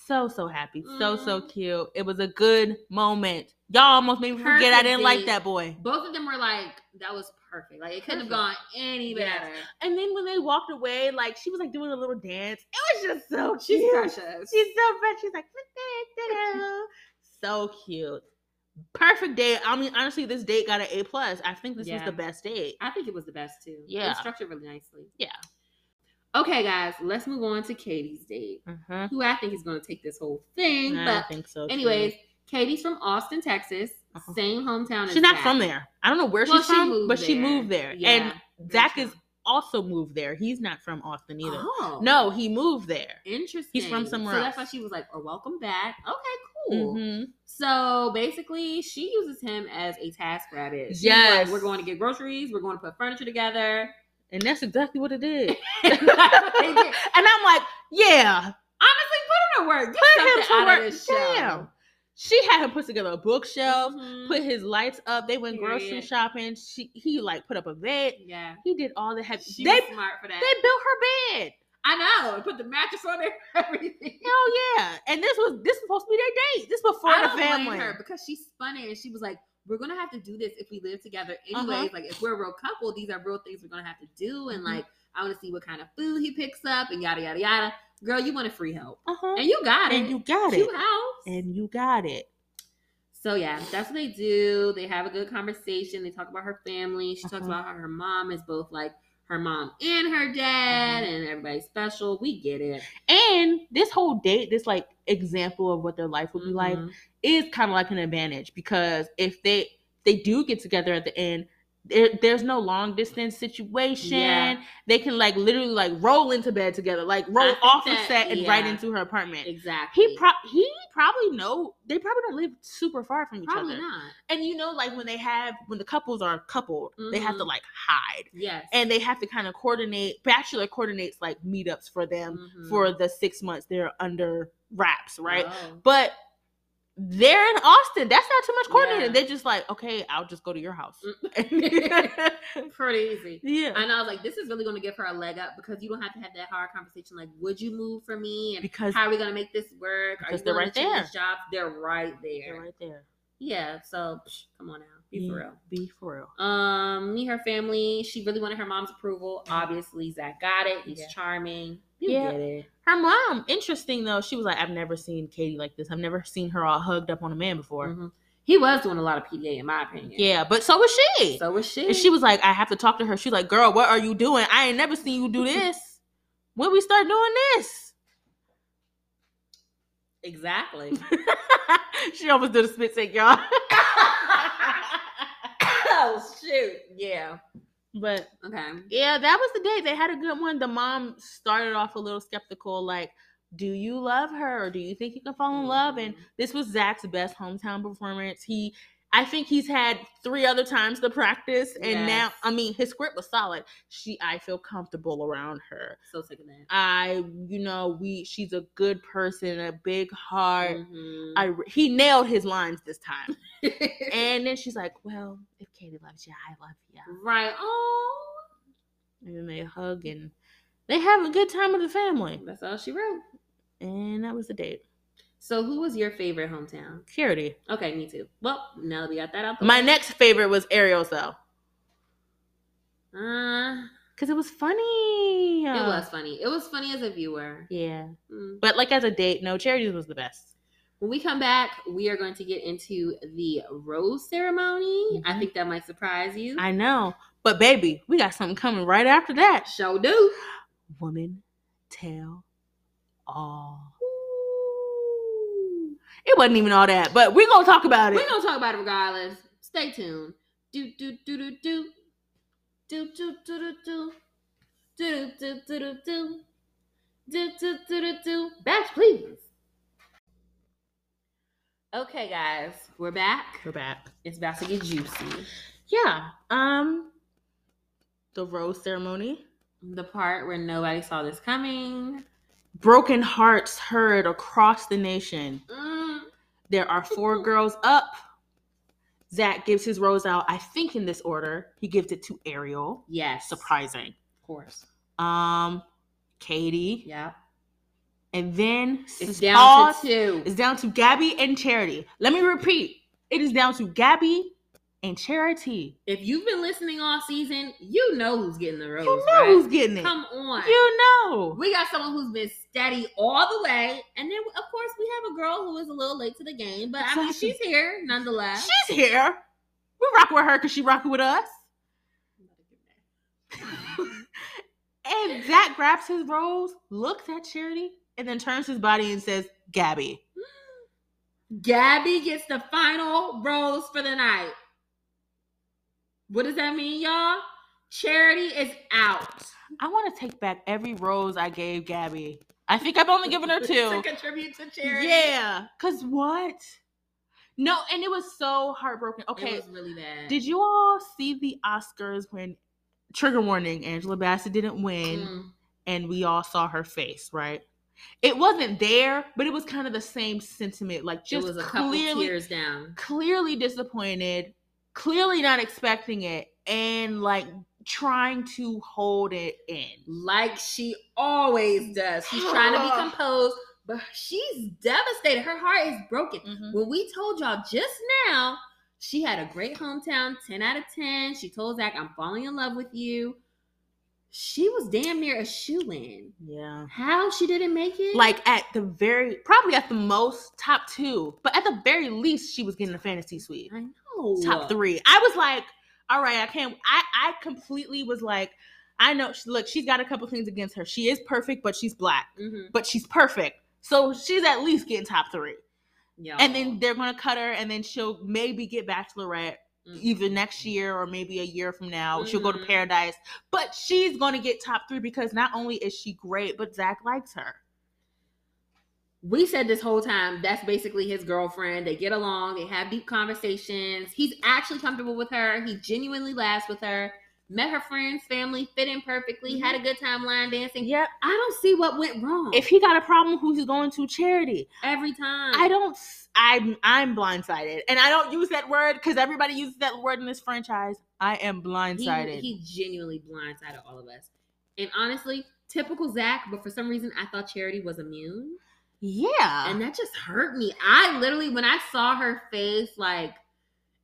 Speaker 2: So so happy. So so
Speaker 1: Mhm.
Speaker 2: cute. It was a good moment. Y'all almost made me forget I
Speaker 1: Perfect
Speaker 2: didn't
Speaker 1: date.
Speaker 2: like that boy.
Speaker 1: both of them were like, that was perfect. Like it couldn't have
Speaker 2: Perfect.
Speaker 1: gone any
Speaker 2: Yes.
Speaker 1: better.
Speaker 2: And then when they walked away, like she was like doing a little dance. It was just so
Speaker 1: She's
Speaker 2: cute.
Speaker 1: precious.
Speaker 2: Oh, She's so fresh. She's like, "Da-da-da-da." so cute. Perfect date. I mean, honestly, this date got an A plus. I think this
Speaker 1: Yeah.
Speaker 2: was the best date.
Speaker 1: I think it was the best too. It
Speaker 2: Yeah.
Speaker 1: was structured really nicely.
Speaker 2: Yeah.
Speaker 1: Okay, guys, let's move on to Katie's date,
Speaker 2: Uh-huh.
Speaker 1: who I think is going to take this whole thing.
Speaker 2: I
Speaker 1: but
Speaker 2: don't think so. too.
Speaker 1: anyways, Katie's from Austin, Texas,
Speaker 2: Uh-huh.
Speaker 1: same hometown.
Speaker 2: she's not from there. I don't know where
Speaker 1: Well,
Speaker 2: she's
Speaker 1: she
Speaker 2: from,
Speaker 1: moved
Speaker 2: but she
Speaker 1: there.
Speaker 2: moved there.
Speaker 1: Yeah,
Speaker 2: and Zach is also moved there. He's not from Austin either.
Speaker 1: Oh,
Speaker 2: No, he moved there.
Speaker 1: interesting.
Speaker 2: somewhere
Speaker 1: So that's why
Speaker 2: else.
Speaker 1: she was like, "Or welcome back." Okay, cool.
Speaker 2: Mhm.
Speaker 1: So basically, she uses him as a task rabbit. She's
Speaker 2: Yes.
Speaker 1: like, we're going to get groceries. We're going to put furniture together.
Speaker 2: And that's exactly what it is.
Speaker 1: That's what they did.
Speaker 2: and I'm like, yeah,
Speaker 1: Honestly, put him to work. Get
Speaker 2: put him
Speaker 1: something
Speaker 2: to
Speaker 1: out
Speaker 2: work.
Speaker 1: of this show.
Speaker 2: Damn. She had him put together a bookshelf.
Speaker 1: Mhm.
Speaker 2: put his lights up. They went grocery
Speaker 1: Period.
Speaker 2: shopping. She he like put up a bed.
Speaker 1: yeah,
Speaker 2: He did all the heavy.
Speaker 1: she
Speaker 2: they
Speaker 1: was smart for that.
Speaker 2: they built her bed.
Speaker 1: I know. Put the mattress on there, everything.
Speaker 2: Hell yeah! And this was this was supposed to be their date. This was for
Speaker 1: I
Speaker 2: the
Speaker 1: don't
Speaker 2: family.
Speaker 1: blame her because she spun it and she was like, "We're gonna have to do this if we live together, anyways.
Speaker 2: Uh-huh.
Speaker 1: Like, if we're a real couple, these are real things we're gonna have to do, and
Speaker 2: Mhm.
Speaker 1: like." I want to see what kind of food he picks up and yada yada yada. Girl, you want to free help,
Speaker 2: Uh-huh.
Speaker 1: and you got it.
Speaker 2: And you got it.
Speaker 1: Cute house.
Speaker 2: And you got it.
Speaker 1: So yeah, that's what they do. They have a good conversation. They talk about her family. She talks
Speaker 2: Uh-huh.
Speaker 1: about how her mom is both like her mom and her
Speaker 2: Uh-huh.
Speaker 1: dad, and everybody's special. We get it.
Speaker 2: And this whole date, this like example of what their life would be like,
Speaker 1: Mhm.
Speaker 2: is kind of like an advantage because if they they do get together at the end, there, there's no long distance situation.
Speaker 1: Yeah.
Speaker 2: They can like literally like roll into bed together, like roll
Speaker 1: think
Speaker 2: off
Speaker 1: that-
Speaker 2: the set and right
Speaker 1: yeah.
Speaker 2: into her apartment.
Speaker 1: exactly.
Speaker 2: He pro he probably know they probably don't live super far from each
Speaker 1: probably
Speaker 2: other.
Speaker 1: not.
Speaker 2: And you know, like when they have when the couples are coupled, they have to
Speaker 1: Mhm.
Speaker 2: like hide.
Speaker 1: Yes.
Speaker 2: And they have to kind of coordinate bachelor coordinates like meetups for them
Speaker 1: Mhm.
Speaker 2: um, for the six months they're under wraps, right?
Speaker 1: Oh.
Speaker 2: But they're in Austin. That's not too much coordinating.
Speaker 1: Yeah. Mm.
Speaker 2: They're just like, okay, I'll just go to your house.
Speaker 1: Pretty easy.
Speaker 2: yeah.
Speaker 1: And I was like, this is really going to give her a leg up because you don't have to have that hard conversation. Like, would you move for me? And
Speaker 2: Because
Speaker 1: how are we going to make this work? Are
Speaker 2: Because
Speaker 1: you
Speaker 2: they're
Speaker 1: willing
Speaker 2: right
Speaker 1: to change Jobs? They're right
Speaker 2: they're
Speaker 1: there.
Speaker 2: right there.
Speaker 1: Yeah. So psh, come on now, be for
Speaker 2: Yeah.
Speaker 1: real.
Speaker 2: Be for real.
Speaker 1: Um, meet her family. She really wanted her mom's approval. Obviously, Zach got it. He's
Speaker 2: Yeah.
Speaker 1: charming. You
Speaker 2: Yeah.
Speaker 1: get it.
Speaker 2: Her mom, interesting though, she was like, I've never seen Katie like this. I've never seen her all hugged up on a man before.
Speaker 1: Mhm. He was doing a lot of PDA, in my opinion.
Speaker 2: Yeah, but so was she.
Speaker 1: So was she.
Speaker 2: and she was like, I have to talk to her. She's like, Girl, what are you doing? I ain't never seen you do this. when we start doing this?
Speaker 1: exactly.
Speaker 2: she almost did a spit take, y'all.
Speaker 1: oh shoot! Yeah.
Speaker 2: but
Speaker 1: Okay.
Speaker 2: yeah, that was the day. They had a good one. The mom started off a little skeptical, like, do you love her? Or do you think you can
Speaker 1: Mm-hmm.
Speaker 2: fall in love? And this was Zach's best hometown performance. He I think he's had three other times to practice. And
Speaker 1: Yes.
Speaker 2: now I mean his script was solid. She I feel comfortable around her.
Speaker 1: so sick of that.
Speaker 2: I, you know, we she's a good person, a big heart.
Speaker 1: Mhm.
Speaker 2: I re- he nailed his lines this time. and then she's like, Well, if Katie loves you, I love you.
Speaker 1: right. Oh,
Speaker 2: And then they hug and they have a good time with the family.
Speaker 1: that's all she wrote.
Speaker 2: And that was the date.
Speaker 1: So, who was your favorite hometown?
Speaker 2: Charity.
Speaker 1: Okay, me too. Well, now that we got that out, the
Speaker 2: My
Speaker 1: way-
Speaker 2: next favorite was Ariel's though.
Speaker 1: Uh,
Speaker 2: Cause it was funny.
Speaker 1: it was funny. It was funny as a viewer.
Speaker 2: Yeah.
Speaker 1: Mm.
Speaker 2: But like as a date, no, charities was the best.
Speaker 1: When we come back, we are going to get into the rose ceremony. I
Speaker 2: Mhm.
Speaker 1: think that might surprise you.
Speaker 2: I know. But baby, we got something coming right after that.
Speaker 1: show do.
Speaker 2: Woman tell all. It wasn't even all that, but we're gonna talk about it.
Speaker 1: We're gonna talk about it regardless. Stay tuned. Do do do do do do do do do do do do do do do do do do do do. Batch, please. Okay, guys, we're back.
Speaker 2: We're back.
Speaker 1: It's about to get juicy.
Speaker 2: Yeah. Um the rose ceremony.
Speaker 1: The part where nobody saw this coming.
Speaker 2: Broken hearts heard across the nation.
Speaker 1: Mm.
Speaker 2: There are four girls up. Zach gives his rose out, I think in this order. He gives it to Ariel.
Speaker 1: Yes,
Speaker 2: Surprising.
Speaker 1: Of course.
Speaker 2: Um, Katie.
Speaker 1: Yeah.
Speaker 2: And then
Speaker 1: It's
Speaker 2: Sis
Speaker 1: down
Speaker 2: Paul-
Speaker 1: to two.
Speaker 2: it's down to Gabby and Charity. Let me repeat. It is down to Gabby and Charity.
Speaker 1: if you've been listening all season, you know who's getting the rose.
Speaker 2: You know
Speaker 1: right?
Speaker 2: who's getting it.
Speaker 1: Come on.
Speaker 2: You know.
Speaker 1: We got someone who's been steady all the way, and then of course we have a girl who is a little late to the game, but I mean
Speaker 2: Exactly.
Speaker 1: she's here nonetheless.
Speaker 2: She's here. We rock with her because she rocking with us. And Zach grabs his rose, looks at Charity, and then turns his body and says, Gabby.
Speaker 1: Gabby gets the final rose for the night. What does that mean, y'all? Charity is out.
Speaker 2: I want to take back every rose I gave Gabby. I think I've only given her two.
Speaker 1: to contribute to charity.
Speaker 2: yeah, cause what? No, and it was so heartbroken.
Speaker 1: Okay.
Speaker 2: Okay,
Speaker 1: It was really bad.
Speaker 2: did you all see the Oscars when? Trigger warning: Angela Bassett didn't win,
Speaker 1: Mm,
Speaker 2: and we all saw her face. Right? It wasn't there, but it was kind of the same sentiment. Like
Speaker 1: it
Speaker 2: just
Speaker 1: was a couple
Speaker 2: clearly,
Speaker 1: tears down.
Speaker 2: clearly disappointed, clearly not expecting it, and like trying to hold it in.
Speaker 1: like she always does. She's trying to be composed, but she's devastated. Her heart is broken.
Speaker 2: Mm-hmm.
Speaker 1: When we told y'all just now, she had a great hometown, 10 out of 10. She told Zach, I'm falling in love with you. she was damn near a shoe in.
Speaker 2: Yeah.
Speaker 1: How she didn't make it?
Speaker 2: Like at the very, probably at the most top two, but at the very least, she was getting a fantasy suite.
Speaker 1: I know.
Speaker 2: Top three. I was like, all right, I can't. I I completely was like, I know. she- Look, she's got a couple things against her. She is perfect, but she's black,
Speaker 1: Mm-hmm.
Speaker 2: but she's perfect. So she's at least getting top three.
Speaker 1: Yeah.
Speaker 2: And then they're gonna cut her, and then she'll maybe get Bachelorette
Speaker 1: Mhm.
Speaker 2: either next year or maybe a year from now. She'll go to
Speaker 1: Mhm.
Speaker 2: Paradise, but she's gonna get top three because not only is she great, but Zach likes her.
Speaker 1: we said this whole time that's basically his girlfriend. They get along, they have deep conversations. He's actually comfortable with her. He genuinely laughs with her. Met her friends, family, fit in perfectly, had a good time line dancing.
Speaker 2: Yep.
Speaker 1: I don't see what went wrong
Speaker 2: Mm-hmm. If he got a problem, who he's going to? Charity.
Speaker 1: every time.
Speaker 2: I don't. s- I'm I'm blindsided, and I don't use that word because everybody uses that word in this franchise. I am blindsided.
Speaker 1: He, he genuinely blindsided all of us. And honestly, typical Zach, but for some reason I thought Charity was immune.
Speaker 2: yeah.
Speaker 1: And that just hurt me. I literally, when I saw her face, like,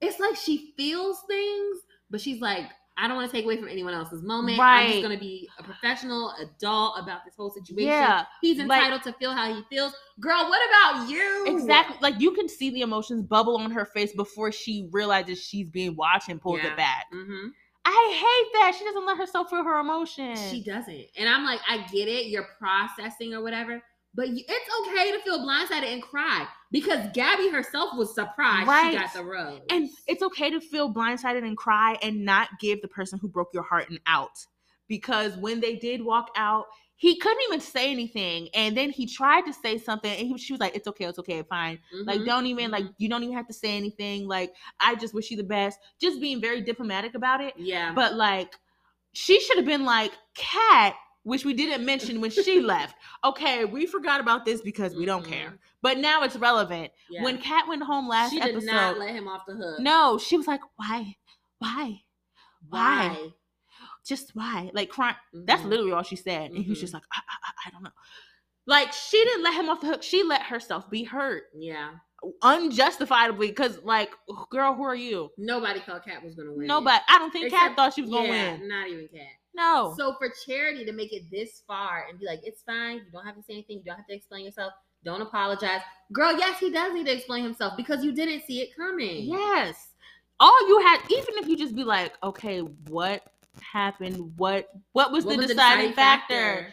Speaker 1: it's like she feels things, but she's like, I don't want to take away from anyone else's moment. I'm
Speaker 2: Right.
Speaker 1: just going to be a professional adult about this whole situation.
Speaker 2: yeah.
Speaker 1: He's
Speaker 2: like-
Speaker 1: entitled to feel how he feels. Girl, what about you?
Speaker 2: Exactly. Like you can see the emotions bubble on her face before she realizes she's being watched and pulls
Speaker 1: Yeah.
Speaker 2: it back.
Speaker 1: hmm
Speaker 2: I hate that. She doesn't let herself feel her emotions.
Speaker 1: She doesn't. And I'm like, I get it. You're processing or whatever. But you, it's okay to feel blindsided and cry because Gabby herself was surprised
Speaker 2: Right.
Speaker 1: she got the rose.
Speaker 2: and it's okay to feel blindsided and cry and not give the person who broke your heart an out. Because when they did walk out, he couldn't even say anything. And then he tried to say something and he, she was like, It's okay, it's okay, fine. Like,
Speaker 1: Mhm.
Speaker 2: don't even, like, you don't even have to say anything. Like, I just wish you the best. Just being very diplomatic about it.
Speaker 1: yeah.
Speaker 2: But like, she should have been like, Cat, which we didn't mention when she left. Okay, we forgot about this because we don't
Speaker 1: Mhm.
Speaker 2: care. But now it's relevant.
Speaker 1: Yeah.
Speaker 2: When Cat went home last
Speaker 1: she did
Speaker 2: episode,
Speaker 1: not let him off the hook.
Speaker 2: no, she was like, Why? Why? Why? Just why? Like crying. That's
Speaker 1: Mhm.
Speaker 2: literally all she said. And he was
Speaker 1: Mhm.
Speaker 2: just like, I, I, I- I don't know. Like she didn't let him off the hook. She let herself be hurt
Speaker 1: yeah.
Speaker 2: unjustifiably because, like, girl, who are you?
Speaker 1: Nobody thought Cat was gonna win. it.
Speaker 2: Nobody. I don't think Kat
Speaker 1: Except-
Speaker 2: thought she was gonna
Speaker 1: Yeah,
Speaker 2: win. Oh.
Speaker 1: Not even Cat.
Speaker 2: No.
Speaker 1: So for Charity to make it this far and be like, it's fine. You don't have to say anything. You don't have to explain yourself. Don't apologize, girl. Yes, he does need to explain himself because you didn't see it coming.
Speaker 2: Yes. All you had, even if you just be like, okay, what happened? What what was
Speaker 1: What
Speaker 2: the
Speaker 1: was
Speaker 2: deciding factor?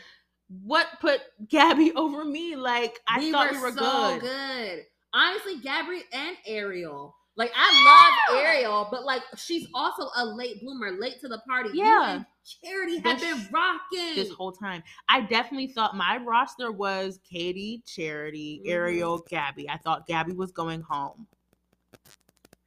Speaker 2: What put Gabby over me? Like I
Speaker 1: we
Speaker 2: thought
Speaker 1: were
Speaker 2: we were
Speaker 1: so
Speaker 2: good.
Speaker 1: good. Honestly, Gabri and Ariel. Like I love Ariel, but like she's also a late bloomer, late to the party. You
Speaker 2: Yeah.
Speaker 1: and Charity have
Speaker 2: This-
Speaker 1: been rocking
Speaker 2: This whole time, I definitely thought my roster was Katie, Charity,
Speaker 1: Mhm.
Speaker 2: Ariel, Gabby. I thought Gabby was going home.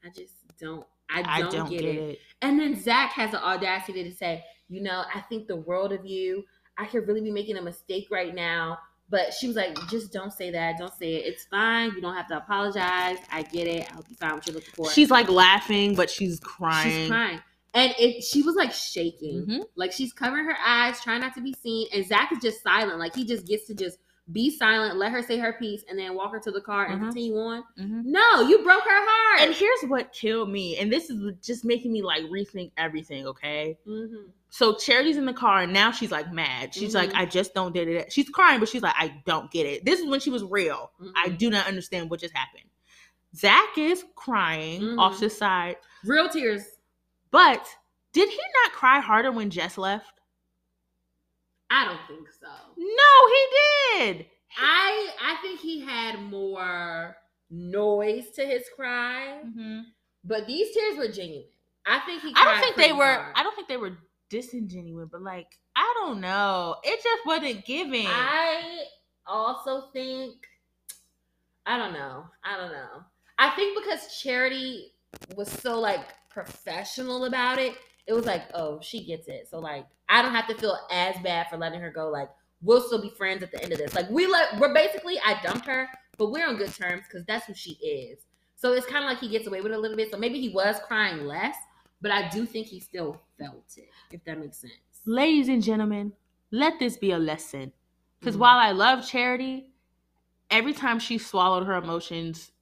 Speaker 1: I just don't. I
Speaker 2: I
Speaker 1: don't,
Speaker 2: don't,
Speaker 1: get, it.
Speaker 2: it.
Speaker 1: And then Zach has the audacity to say, you know, I think the world of you. I could really be making a mistake right now. But she was like, just don't say that. Don't say it. It's fine. You don't have to apologize. I get it. I hope you find what you're looking for.
Speaker 2: She's like laughing, but she's crying.
Speaker 1: She's crying. And it she was like shaking.
Speaker 2: Mhm.
Speaker 1: Like she's covering her eyes, trying not to be seen. And Zach is just silent. Like he just gets to just be silent, let her say her piece, and then walk her to the car and
Speaker 2: Mhm.
Speaker 1: continue on.
Speaker 2: Mhm.
Speaker 1: No, you broke her heart.
Speaker 2: And here's what killed me, and this is just making me like rethink everything. Okay,
Speaker 1: Mhm.
Speaker 2: So Charity's in the car and now she's like mad. She's like,
Speaker 1: Mhm.
Speaker 2: I just don't get it. She's crying, but she's like, I don't get it. This is when she was real. I
Speaker 1: Mhm.
Speaker 2: do not understand what just happened. Zach is crying
Speaker 1: Mhm.
Speaker 2: off to the side,
Speaker 1: real tears.
Speaker 2: but did he not cry harder when Jess left?
Speaker 1: I don't think so.
Speaker 2: No, he did.
Speaker 1: I I think he had more noise to his cry,
Speaker 2: Mm-hmm.
Speaker 1: but these tears were genuine. I think he.
Speaker 2: I don't
Speaker 1: cried
Speaker 2: think they
Speaker 1: pretty
Speaker 2: were.
Speaker 1: hard.
Speaker 2: I don't think they were disingenuous, but like, I don't know. It just wasn't giving.
Speaker 1: I also think I don't know. I don't know. I think because Charity was so like professional about it, it was like, oh, she gets it. So like I don't have to feel as bad for letting her go. Like we'll still be friends at the end of this. Like we let we're basically I dumped her, but we're on good terms because that's who she is. So it's kind of like he gets away with it a little bit. So maybe he was crying less, but I do think he still felt it, if that makes sense.
Speaker 2: Ladies and gentlemen, let this be a lesson. Because
Speaker 1: Mhm.
Speaker 2: while I love Charity, every time she swallowed her emotions,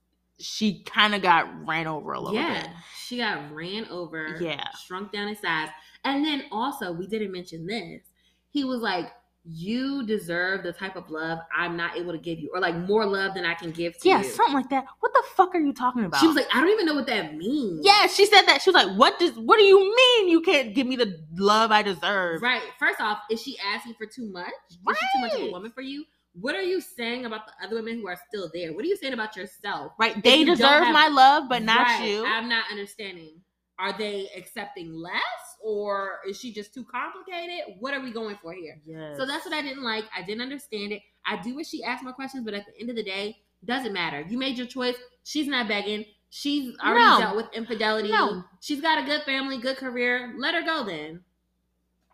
Speaker 2: she kind of got ran over a little
Speaker 1: yeah, she got ran over.
Speaker 2: Yeah.
Speaker 1: shrunk down in size. And then also, we didn't mention this. he was like, "You deserve the type of love I'm not able to give you, or like more love than I can give to
Speaker 2: Yeah,
Speaker 1: you."
Speaker 2: something like that. What the fuck are you talking about?
Speaker 1: She was like, "I don't even know what that means."
Speaker 2: Yeah, she said that. She was like, What does what do you mean you can't give me the love I deserve?
Speaker 1: Right. First off, is she asking for too much? Is she too much of a
Speaker 2: Right.
Speaker 1: woman for you? What are you saying about the other women who are still there? What are you saying about yourself?
Speaker 2: Right, They
Speaker 1: you don't
Speaker 2: deserve
Speaker 1: have-
Speaker 2: my love, but not
Speaker 1: Right,
Speaker 2: you.
Speaker 1: I'm not understanding. Are they accepting less or is she just too complicated? What are we going for here?
Speaker 2: Yes.
Speaker 1: So that's what I didn't like. I didn't understand it. I do wish she asked more questions, but at the end of the day, doesn't matter. You made your choice. She's not begging. She's already
Speaker 2: No.
Speaker 1: dealt with infidelity.
Speaker 2: No.
Speaker 1: She's got a good family, good career. Let her go then.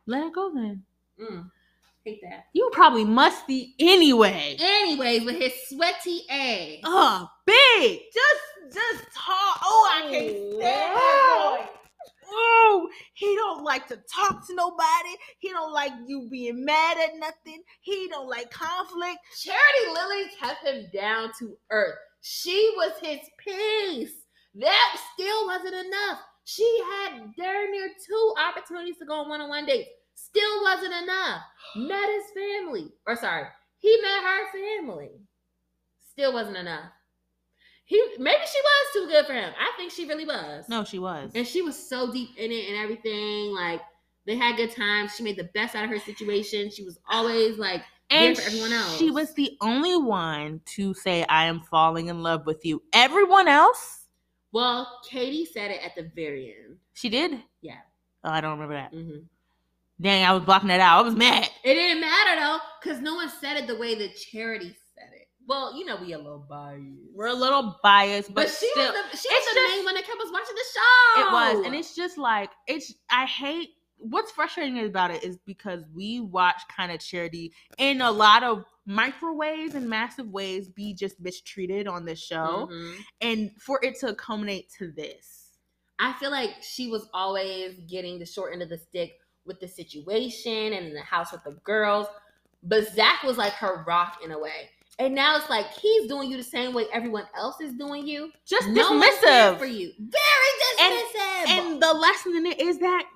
Speaker 2: let it go then.
Speaker 1: Mm. Hate that.
Speaker 2: You probably musty anyway.
Speaker 1: Anyways, with his sweaty ass.
Speaker 2: Oh, big. Just just talk. Oh, I can't stand that boy. Oh, he don't like to talk to nobody. He don't like you being mad at nothing. He don't like conflict.
Speaker 1: Charity Lily kept him down to earth. She was his peace. That still wasn't enough. She had darn near two opportunities to go on one-on-one dates. Still wasn't enough. Met his family. Or sorry, he met her family. Still wasn't enough. He maybe she was too good for him. I think she really was.
Speaker 2: No, she was.
Speaker 1: And she was so deep in it and everything. Like they had good times. She made the best out of her situation. She was always like
Speaker 2: and
Speaker 1: for everyone else.
Speaker 2: she was the only one to say, "I am falling in love with you." Everyone else,
Speaker 1: Well, Katie said it at the very end.
Speaker 2: she did.
Speaker 1: Yeah.
Speaker 2: Oh, I don't remember that.
Speaker 1: Mhm.
Speaker 2: Dang, I was blocking that out. I was mad.
Speaker 1: It didn't matter though, because no one said it the way that Charity said it. Well, you know we a little biased.
Speaker 2: We're a little biased,
Speaker 1: but,
Speaker 2: but,
Speaker 1: she was
Speaker 2: still,
Speaker 1: the, she
Speaker 2: it's
Speaker 1: was the
Speaker 2: just-
Speaker 1: main one that kept us watching the show.
Speaker 2: it was, and it's just like it's. I hate. What's frustrating about it is because we watch kind of charity in a lot of microways and massive ways be just mistreated on this show,
Speaker 1: Mhm.
Speaker 2: and for it to culminate to this.
Speaker 1: I feel like she was always getting the short end of the stick with the situation and in the house with the girls. But Zach was like her rock in a way. And now it's like he's doing you the same way everyone else is doing you.
Speaker 2: Just
Speaker 1: No one's there
Speaker 2: dismissive
Speaker 1: for you. Very dismissive.
Speaker 2: And the lesson in it is that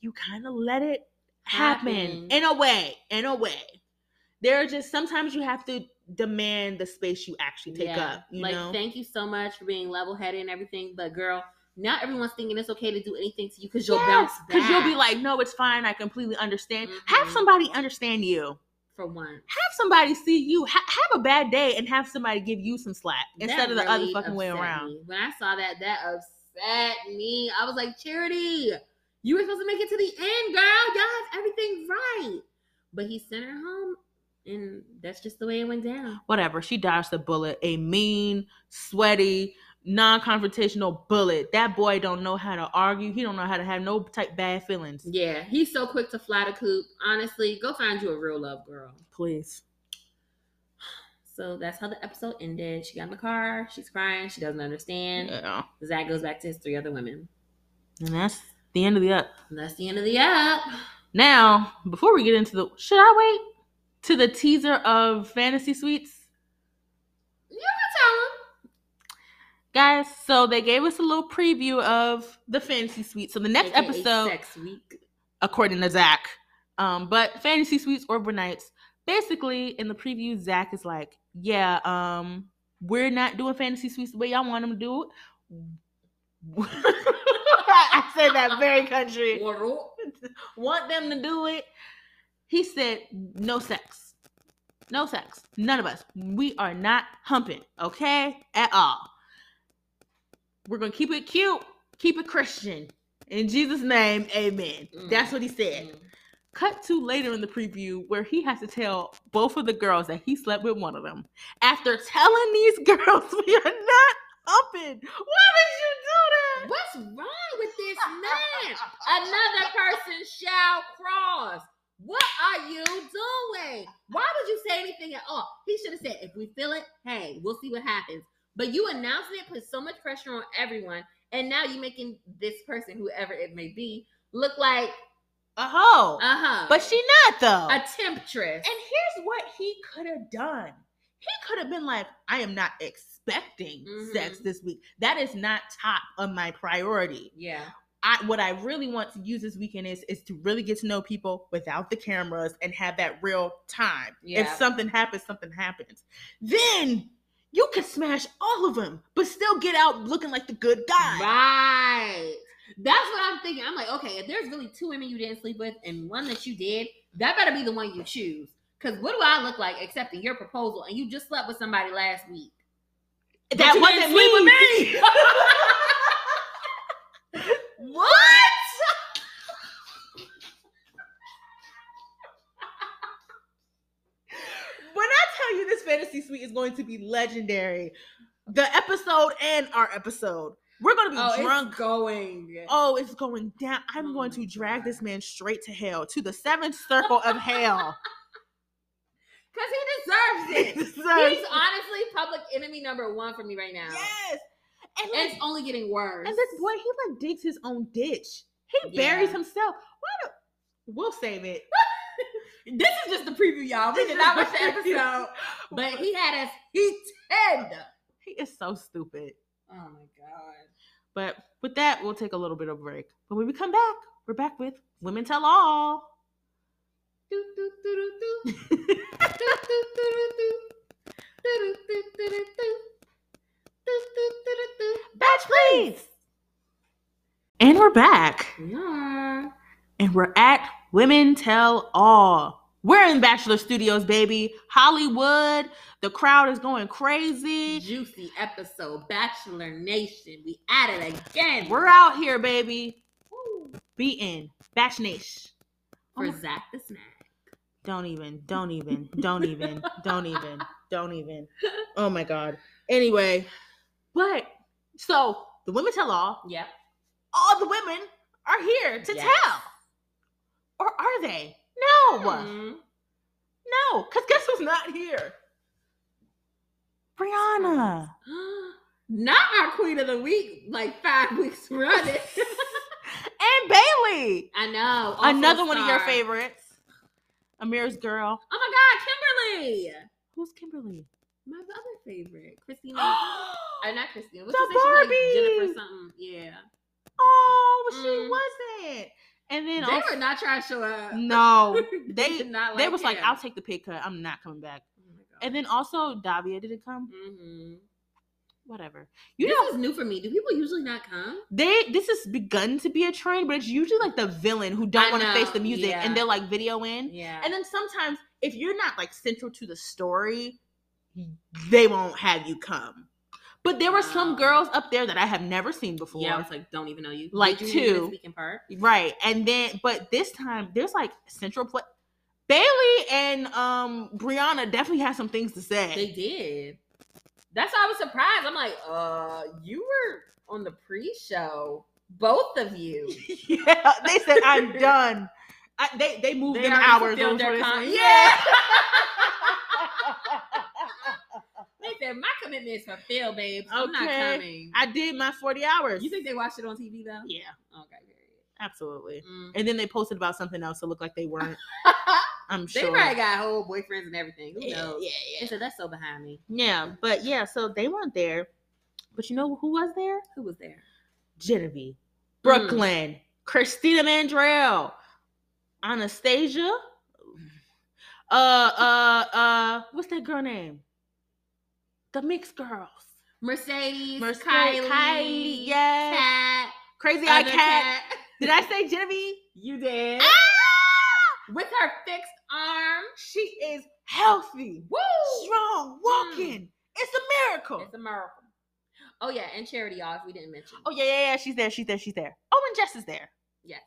Speaker 2: you kind of let it happen
Speaker 1: Happen.
Speaker 2: in a way. In a way, there are just sometimes you have to demand the space you actually take
Speaker 1: Yeah.
Speaker 2: up. You
Speaker 1: like,
Speaker 2: know,
Speaker 1: thank you so much for being level headed and everything. But girl, now everyone's thinking it's okay to do anything to you because you'll bounce back.
Speaker 2: because you'll be like, no, it's fine. I completely understand. Have
Speaker 1: Mhm.
Speaker 2: somebody understand you.
Speaker 1: for one,
Speaker 2: Have somebody see you. Ha- have a bad day and have somebody give you some slack instead
Speaker 1: That
Speaker 2: of the
Speaker 1: really
Speaker 2: other fucking way
Speaker 1: upset
Speaker 2: around.
Speaker 1: me. When I saw that, that upset me. I was like, Charity, you were supposed to make it to the end, girl. Y'all have everything right. But he sent her home, and that's just the way it went down.
Speaker 2: Whatever. She dodged the bullet. A mean, sweaty, non-confrontational bullet. That boy don't know how to argue. He don't know how to have no type bad feelings.
Speaker 1: Yeah, he's so quick to fly the coop. Honestly, go find you a real love girl.
Speaker 2: Please.
Speaker 1: So that's how the episode ended. She got in the car. She's crying. She doesn't understand.
Speaker 2: Yeah.
Speaker 1: Zach goes back to his three other women.
Speaker 2: And that's the end of the up.
Speaker 1: And that's the end of the app.
Speaker 2: Now, before we get into the should I wait to the teaser of fantasy suites? Guys, so they gave us a little preview of the fantasy suite. So the next
Speaker 1: AKA
Speaker 2: episode,
Speaker 1: Sex week.
Speaker 2: according to Zach, um, but fantasy suites or nights. Basically, in the preview, Zach is like, "Yeah, um, we're not doing fantasy suites the way y'all want them to do it." I said that very country. want them to do it. He said, no sex. No sex. None of us. We are not humping, okay? At all. We're going to keep it cute, keep it Christian. In Jesus' name, amen.
Speaker 1: Mm.
Speaker 2: That's what he said. Cut to later in the preview where he has to tell both of the girls that he slept with one of them. After telling these girls we are not humping, why did you do that?
Speaker 1: What's wrong with this man? Another person shall cross. What are you doing? Why would you say anything at all? He should have said, if we feel it, hey, we'll see what happens. But you announcing it puts so much pressure on everyone. And now you're making this person, whoever it may be, look like,
Speaker 2: A hoe.
Speaker 1: uh huh.
Speaker 2: but she not though.
Speaker 1: a temptress.
Speaker 2: And here's what he could have done. He could have been like, I am not expecting
Speaker 1: Mhm.
Speaker 2: sex this week. That is not top of my priority.
Speaker 1: yeah.
Speaker 2: I what I really want to use this weekend is is to really get to know people without the cameras and have that real time. If
Speaker 1: Yeah.
Speaker 2: something happens, something happens. Then you can smash all of them, but still get out looking like the good guy.
Speaker 1: Right. That's what I'm thinking. I'm like, okay, if there's really two women you didn't sleep with and one that you did, that better be the one you choose. Because what do I look like accepting your proposal and you just slept with somebody last week?
Speaker 2: That
Speaker 1: you
Speaker 2: wasn't
Speaker 1: didn't sleep with
Speaker 2: me.
Speaker 1: What?
Speaker 2: when I tell you this fantasy suite is going to be legendary, the episode and our episode, we're going
Speaker 1: Oh,
Speaker 2: to be drunk.
Speaker 1: going.
Speaker 2: oh, it's going down. I'm
Speaker 1: Oh
Speaker 2: going
Speaker 1: my
Speaker 2: to drag
Speaker 1: God.
Speaker 2: this man straight to hell, to the seventh circle of hell.
Speaker 1: Because he deserves it.
Speaker 2: So-
Speaker 1: He's honestly public enemy number one for me right now.
Speaker 2: yes.
Speaker 1: And
Speaker 2: And, like,
Speaker 1: it's only getting worse.
Speaker 2: and this boy, he like digs his own ditch. He
Speaker 1: Yeah.
Speaker 2: buries himself. Why do we'll save it.
Speaker 1: This is just the preview, y'all. We did not watch the episode. But he had us heated.
Speaker 2: He is so stupid.
Speaker 1: Oh my god.
Speaker 2: But with that, we'll take a little bit of a break. But when we come back, we're back with Women Tell All.
Speaker 1: Do, do, do, do, do. Do, do, do, do, do. Do, do, do, do, do. Do, do, do, do,
Speaker 2: Batch, please. And we're back.
Speaker 1: do. Yeah.
Speaker 2: And we're at Women Tell All. We're in Bachelor Studios, baby. Hollywood. The crowd is going crazy.
Speaker 1: Juicy episode, Bachelor Nation. We at it again.
Speaker 2: We're out here, baby.
Speaker 1: Woo.
Speaker 2: Be in. Batch Niche. Oh
Speaker 1: for
Speaker 2: my-
Speaker 1: Zach the Snack.
Speaker 2: Don't even. Don't even. Don't even. Don't even. Don't even. Oh my God. Anyway, but so the Women Tell All
Speaker 1: Yep.
Speaker 2: all the women are here to
Speaker 1: Yes.
Speaker 2: tell. Or are they? No.
Speaker 1: Mhm.
Speaker 2: No. Because guess who's not here? Brianna.
Speaker 1: Not our queen of the week, like five weeks running.
Speaker 2: And Bailey.
Speaker 1: I know. also
Speaker 2: Another one of your
Speaker 1: star.
Speaker 2: favorites. Amira's girl.
Speaker 1: Oh my God, Kimberly.
Speaker 2: Who's Kimberly?
Speaker 1: My other favorite, Christina.
Speaker 2: oh,
Speaker 1: uh, not Christina. What's
Speaker 2: The
Speaker 1: her name? She's
Speaker 2: Barbie.
Speaker 1: Like Jennifer something. Yeah.
Speaker 2: but Oh, she
Speaker 1: Mm.
Speaker 2: wasn't. And then
Speaker 1: They
Speaker 2: also-
Speaker 1: were not trying to show up.
Speaker 2: no,
Speaker 1: did
Speaker 2: they
Speaker 1: not
Speaker 2: they was like,
Speaker 1: him.
Speaker 2: I'll take the pay cut. I'm not coming back.
Speaker 1: Oh my God.
Speaker 2: And then also Davia didn't come.
Speaker 1: hmm
Speaker 2: Whatever. You
Speaker 1: You
Speaker 2: know,
Speaker 1: this is new for me. Do people usually not come?
Speaker 2: they this has begun to be a trend, but it's usually like the villain who don't
Speaker 1: I
Speaker 2: want to face the
Speaker 1: know,
Speaker 2: music
Speaker 1: yeah.
Speaker 2: and they're like video in.
Speaker 1: Yeah.
Speaker 2: And then sometimes if you're not like central to the story, they won't have you come. But there were some
Speaker 1: Wow.
Speaker 2: girls up there that I have never seen before.
Speaker 1: yeah, I was like, don't even know you.
Speaker 2: Like
Speaker 1: Did you need me
Speaker 2: two.
Speaker 1: This weekend part.
Speaker 2: Right. And then but this time there's like central play Bailey and um Brianna definitely had some things to say.
Speaker 1: They did. That's why I was surprised. I'm like, uh, you were on the pre-show, both of you.
Speaker 2: yeah, they said I'm done. I, they they moved
Speaker 1: They
Speaker 2: them
Speaker 1: already
Speaker 2: hours
Speaker 1: fulfilled
Speaker 2: over
Speaker 1: their
Speaker 2: this
Speaker 1: con-
Speaker 2: one.
Speaker 1: Yeah. They said my commitment is fulfilled, babe. I'm
Speaker 2: Okay.
Speaker 1: not coming.
Speaker 2: I did my 40 hours.
Speaker 1: you think they watched it on TV though?
Speaker 2: Yeah,
Speaker 1: Okay, period.
Speaker 2: absolutely.
Speaker 1: Mm.
Speaker 2: And then they posted about something else to look like they weren't. I'm
Speaker 1: they
Speaker 2: sure.
Speaker 1: probably got whole boyfriends and everything. Who
Speaker 2: yeah,
Speaker 1: knows?
Speaker 2: yeah,
Speaker 1: They
Speaker 2: yeah.
Speaker 1: said that's so behind me.
Speaker 2: Yeah, but yeah, so they weren't there. But you know who was there?
Speaker 1: Who was there?
Speaker 2: Genevieve,
Speaker 1: Mm.
Speaker 2: Brooklyn, Christina Mandrell, Anastasia. Uh, uh, uh, what's that girl name? The Mixed Girls.
Speaker 1: Mercedes,
Speaker 2: Mercedes-
Speaker 1: Kylie,
Speaker 2: Kylie, yes.
Speaker 1: Kat,
Speaker 2: Crazy Eye
Speaker 1: other
Speaker 2: Cat. Did I say Genevieve?
Speaker 1: You did.
Speaker 2: Ah!
Speaker 1: With her fixed arm.
Speaker 2: She is healthy,
Speaker 1: Woo!
Speaker 2: strong, walking. It's a miracle.
Speaker 1: Mm. It's a miracle. Oh yeah, and charity, y'all. If we didn't mention.
Speaker 2: Oh yeah, yeah, yeah. She's there. She's there. She's there. Oh, and Jess is there.
Speaker 1: yes.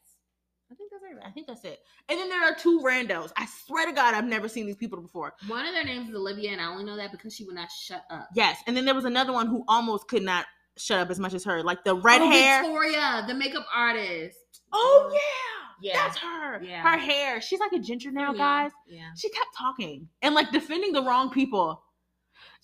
Speaker 1: I think that's
Speaker 2: I
Speaker 1: everybody.
Speaker 2: think that's it. And then there are two randos. I swear to God, I've never seen these people before.
Speaker 1: One of their names is Olivia, and I only know that because she would not shut up.
Speaker 2: Yes. And then there was another one who almost could not shut up as much as her, like the red
Speaker 1: oh,
Speaker 2: hair.
Speaker 1: Victoria, the makeup artist.
Speaker 2: Oh yeah,
Speaker 1: Yeah.
Speaker 2: that's her.
Speaker 1: Yeah.
Speaker 2: Her hair. She's like a ginger now, guys.
Speaker 1: Yeah.
Speaker 2: She kept talking and like defending the wrong people.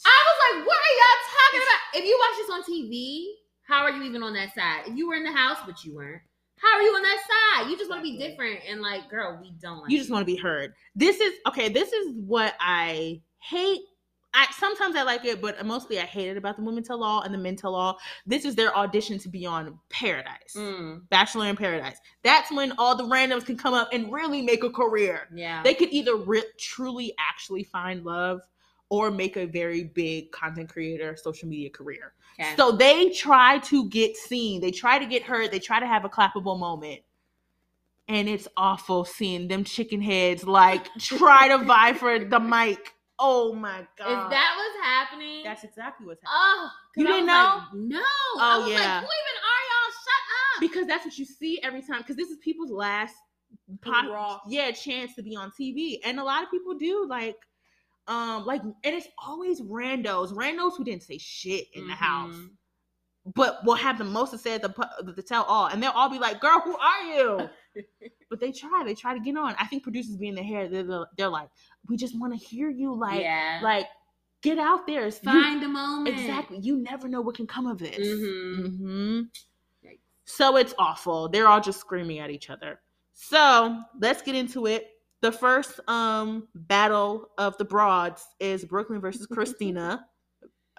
Speaker 1: I was like, what are y'all talking about? If you watch this on TV, how are you even on that side? If you were in the house, but you weren't, how are you on that side? You just want to be
Speaker 2: Exactly.
Speaker 1: different. And like, girl, we don't like
Speaker 2: You just want to be heard. This is okay. This is what I hate. I sometimes I like it, but mostly I hate it about the women tell all and the men tell all. This is their audition to be on Paradise,
Speaker 1: Mm,
Speaker 2: Bachelor in Paradise. That's when all the randoms can come up and really make a career.
Speaker 1: yeah.
Speaker 2: They could either re- truly actually find love or make a very big content creator, social media career.
Speaker 1: okay.
Speaker 2: So they try to get seen. They try to get heard. They try to have a clappable moment. And it's awful seeing them chicken heads like try to vie for the mic. Oh my god.
Speaker 1: is that what's happening?
Speaker 2: That's exactly what's happening.
Speaker 1: oh, 'cause I
Speaker 2: You didn't
Speaker 1: was like, no. I
Speaker 2: Oh,
Speaker 1: was
Speaker 2: yeah.
Speaker 1: Like, Who even are y'all? Shut up.
Speaker 2: Because that's what you see every time. Because this is people's last pot-
Speaker 1: Raw.
Speaker 2: yeah, chance to be on TV. And a lot of people do like um like and it's always randos, randos who didn't say shit in the house.
Speaker 1: Mhm.
Speaker 2: but will have the most to say at the, pu- the tell all, and they'll all be like, "Girl, who are you?" but they try, they try to get on. I think producers being the hair, they're, the- they're like, "We just want to hear you, like,
Speaker 1: yeah.
Speaker 2: like get out there, It's you-
Speaker 1: Find the moment.
Speaker 2: exactly. You never know what can come of this."
Speaker 1: Mhm.
Speaker 2: Mm-hmm.
Speaker 1: Yikes.
Speaker 2: So it's awful. They're all just screaming at each other. So let's get into it. The first um battle of the broads is Brooklyn versus Christina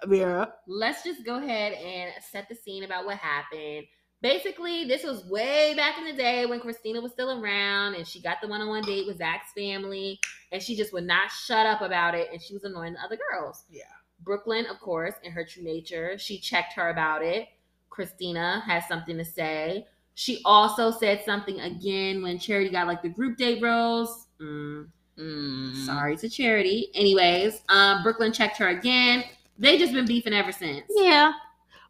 Speaker 2: Vera.
Speaker 1: Let's just go ahead and set the scene about what happened. Basically, this was way back in the day when Christina was still around and she got the one on one date with Zach's family and she just would not shut up about it and she was annoying the other girls.
Speaker 2: Yeah.
Speaker 1: Brooklyn, of course, in her true nature, she checked her about it. Christina has something to say. She also said something again when Charity got like the group date roles. Mm,
Speaker 2: Mm-hmm.
Speaker 1: Sorry to Charity. Anyways, um, Brooklyn checked her again. They just been beefing ever since.
Speaker 2: Yeah.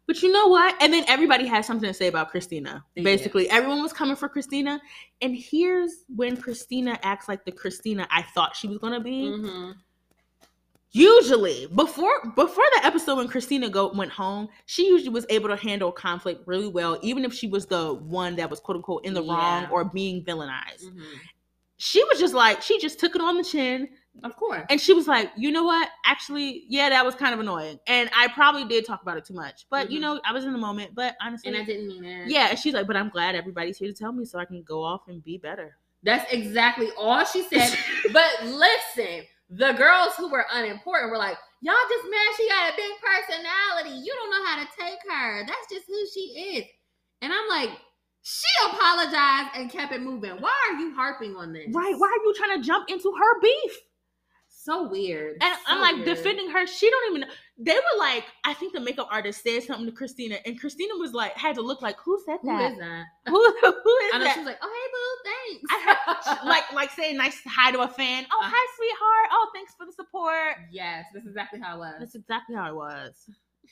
Speaker 2: But you know what? And then everybody has something to say about Christina.
Speaker 1: They
Speaker 2: Basically, everyone was coming for Christina. And here's when Christina acts like the Christina I thought she was gonna be.
Speaker 1: hmm
Speaker 2: Usually, before before the episode when Christina go went home, she usually was able to handle conflict really well, even if she was the one that was quote unquote in the wrong
Speaker 1: Yeah.
Speaker 2: or being villainized.
Speaker 1: mm-hmm.
Speaker 2: She was just like, she just took it on the chin.
Speaker 1: Of course.
Speaker 2: And she was like, you know what? Actually, yeah, that was kind of annoying. And I probably did talk about it too much. But you
Speaker 1: Mhm.
Speaker 2: know, I was in the moment. But honestly,
Speaker 1: And I didn't mean it.
Speaker 2: yeah. And she's like, but I'm glad everybody's here to tell me so I can go off and be better.
Speaker 1: That's exactly all she said. but listen, the girls who were unimportant were like, y'all just mad she got a big personality. You don't know how to take her. That's just who she is. And I'm like, she apologized and kept it moving. Why are you harping on this?
Speaker 2: right? Why are you trying to jump into her beef?
Speaker 1: So weird.
Speaker 2: And
Speaker 1: So
Speaker 2: I'm like
Speaker 1: weird.
Speaker 2: defending her. She don't even. They were like, I think the makeup artist said something to Christina, and Christina was like, had to look like, who said
Speaker 1: Who
Speaker 2: that?
Speaker 1: is that?
Speaker 2: Who, who is
Speaker 1: I know she
Speaker 2: that?
Speaker 1: was like, oh, hey, boo, thanks.
Speaker 2: I heard, like, like saying nice hi to a fan. Oh,
Speaker 1: Uh.
Speaker 2: hi, sweetheart. Oh, thanks for the support.
Speaker 1: Yes, that's exactly how it was.
Speaker 2: That's exactly how it was.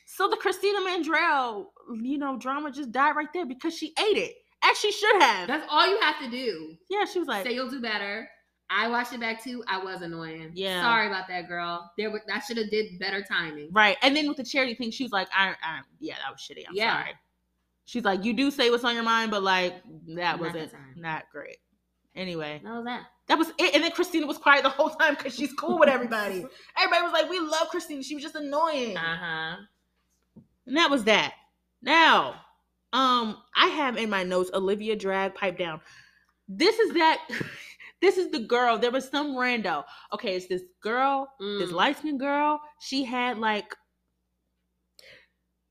Speaker 2: So the Christina Mandrell, you know, drama just died right there because she ate it, as she should have.
Speaker 1: That's all you have to do.
Speaker 2: yeah, she was like,
Speaker 1: Say you'll do better. I watched it back too. I was annoying.
Speaker 2: Yeah.
Speaker 1: Sorry about that, girl. There were I should have did better timing.
Speaker 2: right. And then with the charity thing, she was like, I, I yeah, that was shitty. I'm
Speaker 1: Yeah.
Speaker 2: sorry. She's like, you do say what's on your mind, but like
Speaker 1: Not
Speaker 2: that
Speaker 1: the
Speaker 2: wasn't
Speaker 1: time.
Speaker 2: not great. Anyway,
Speaker 1: That was that.
Speaker 2: that was it. And then Christina was quiet the whole time because she's cool with everybody. everybody was like, we love Christina. She was just annoying.
Speaker 1: Uh-huh.
Speaker 2: And that was that. Now, um, I have in my notes Olivia Drag Pipe Down. This is that. this is the girl. There was some rando. Okay, it's this girl, this
Speaker 1: Mm.
Speaker 2: light skinned girl. She had like.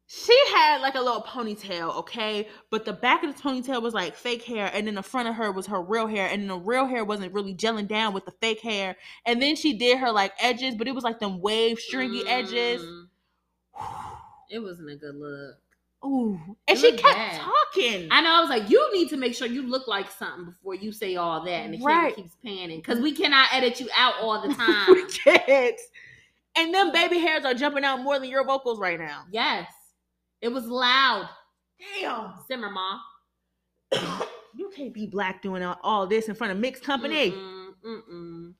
Speaker 2: She had like a little ponytail, okay? But the back of the ponytail was like fake hair, and then the front of her was her real hair, and then the real hair wasn't really gelling down with the fake hair. And then she did her like edges, but it was like them wave stringy edges.
Speaker 1: Mm. It wasn't a good look.
Speaker 2: Ooh.
Speaker 1: It
Speaker 2: And she
Speaker 1: looked
Speaker 2: kept
Speaker 1: bad.
Speaker 2: talking.
Speaker 1: I know I was like, you need to make sure you look like something before you say all that. And the camera
Speaker 2: Right.
Speaker 1: keeps panning. Because we cannot edit you out all the
Speaker 2: We
Speaker 1: time.
Speaker 2: can't. And them baby hairs are jumping out more than your vocals right now.
Speaker 1: yes. It was loud.
Speaker 2: Damn.
Speaker 1: Simmer ma.
Speaker 2: you can't be black doing all- all this in front of mixed company.
Speaker 1: Mm-mm, mm-mm.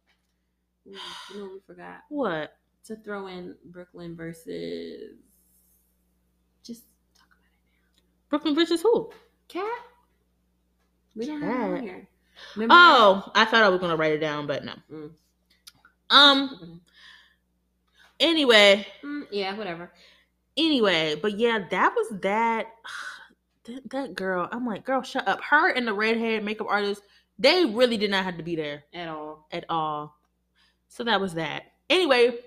Speaker 1: You know what we forgot?
Speaker 2: What?
Speaker 1: to throw in Brooklyn versus just talk
Speaker 2: Brooklyn versus who?
Speaker 1: about it. Cat. We don't have it
Speaker 2: Cat.
Speaker 1: on here. Remember
Speaker 2: Oh, I thought I was gonna write it down, but no.
Speaker 1: Mm.
Speaker 2: Um.
Speaker 1: that?
Speaker 2: Anyway,
Speaker 1: Mm, yeah, whatever.
Speaker 2: anyway, but yeah, that was that. That, that girl, I'm like, girl, shut up. Her and the redhead makeup artist, they really did not have to be there.
Speaker 1: At all.
Speaker 2: at all. So that was that. Anyway,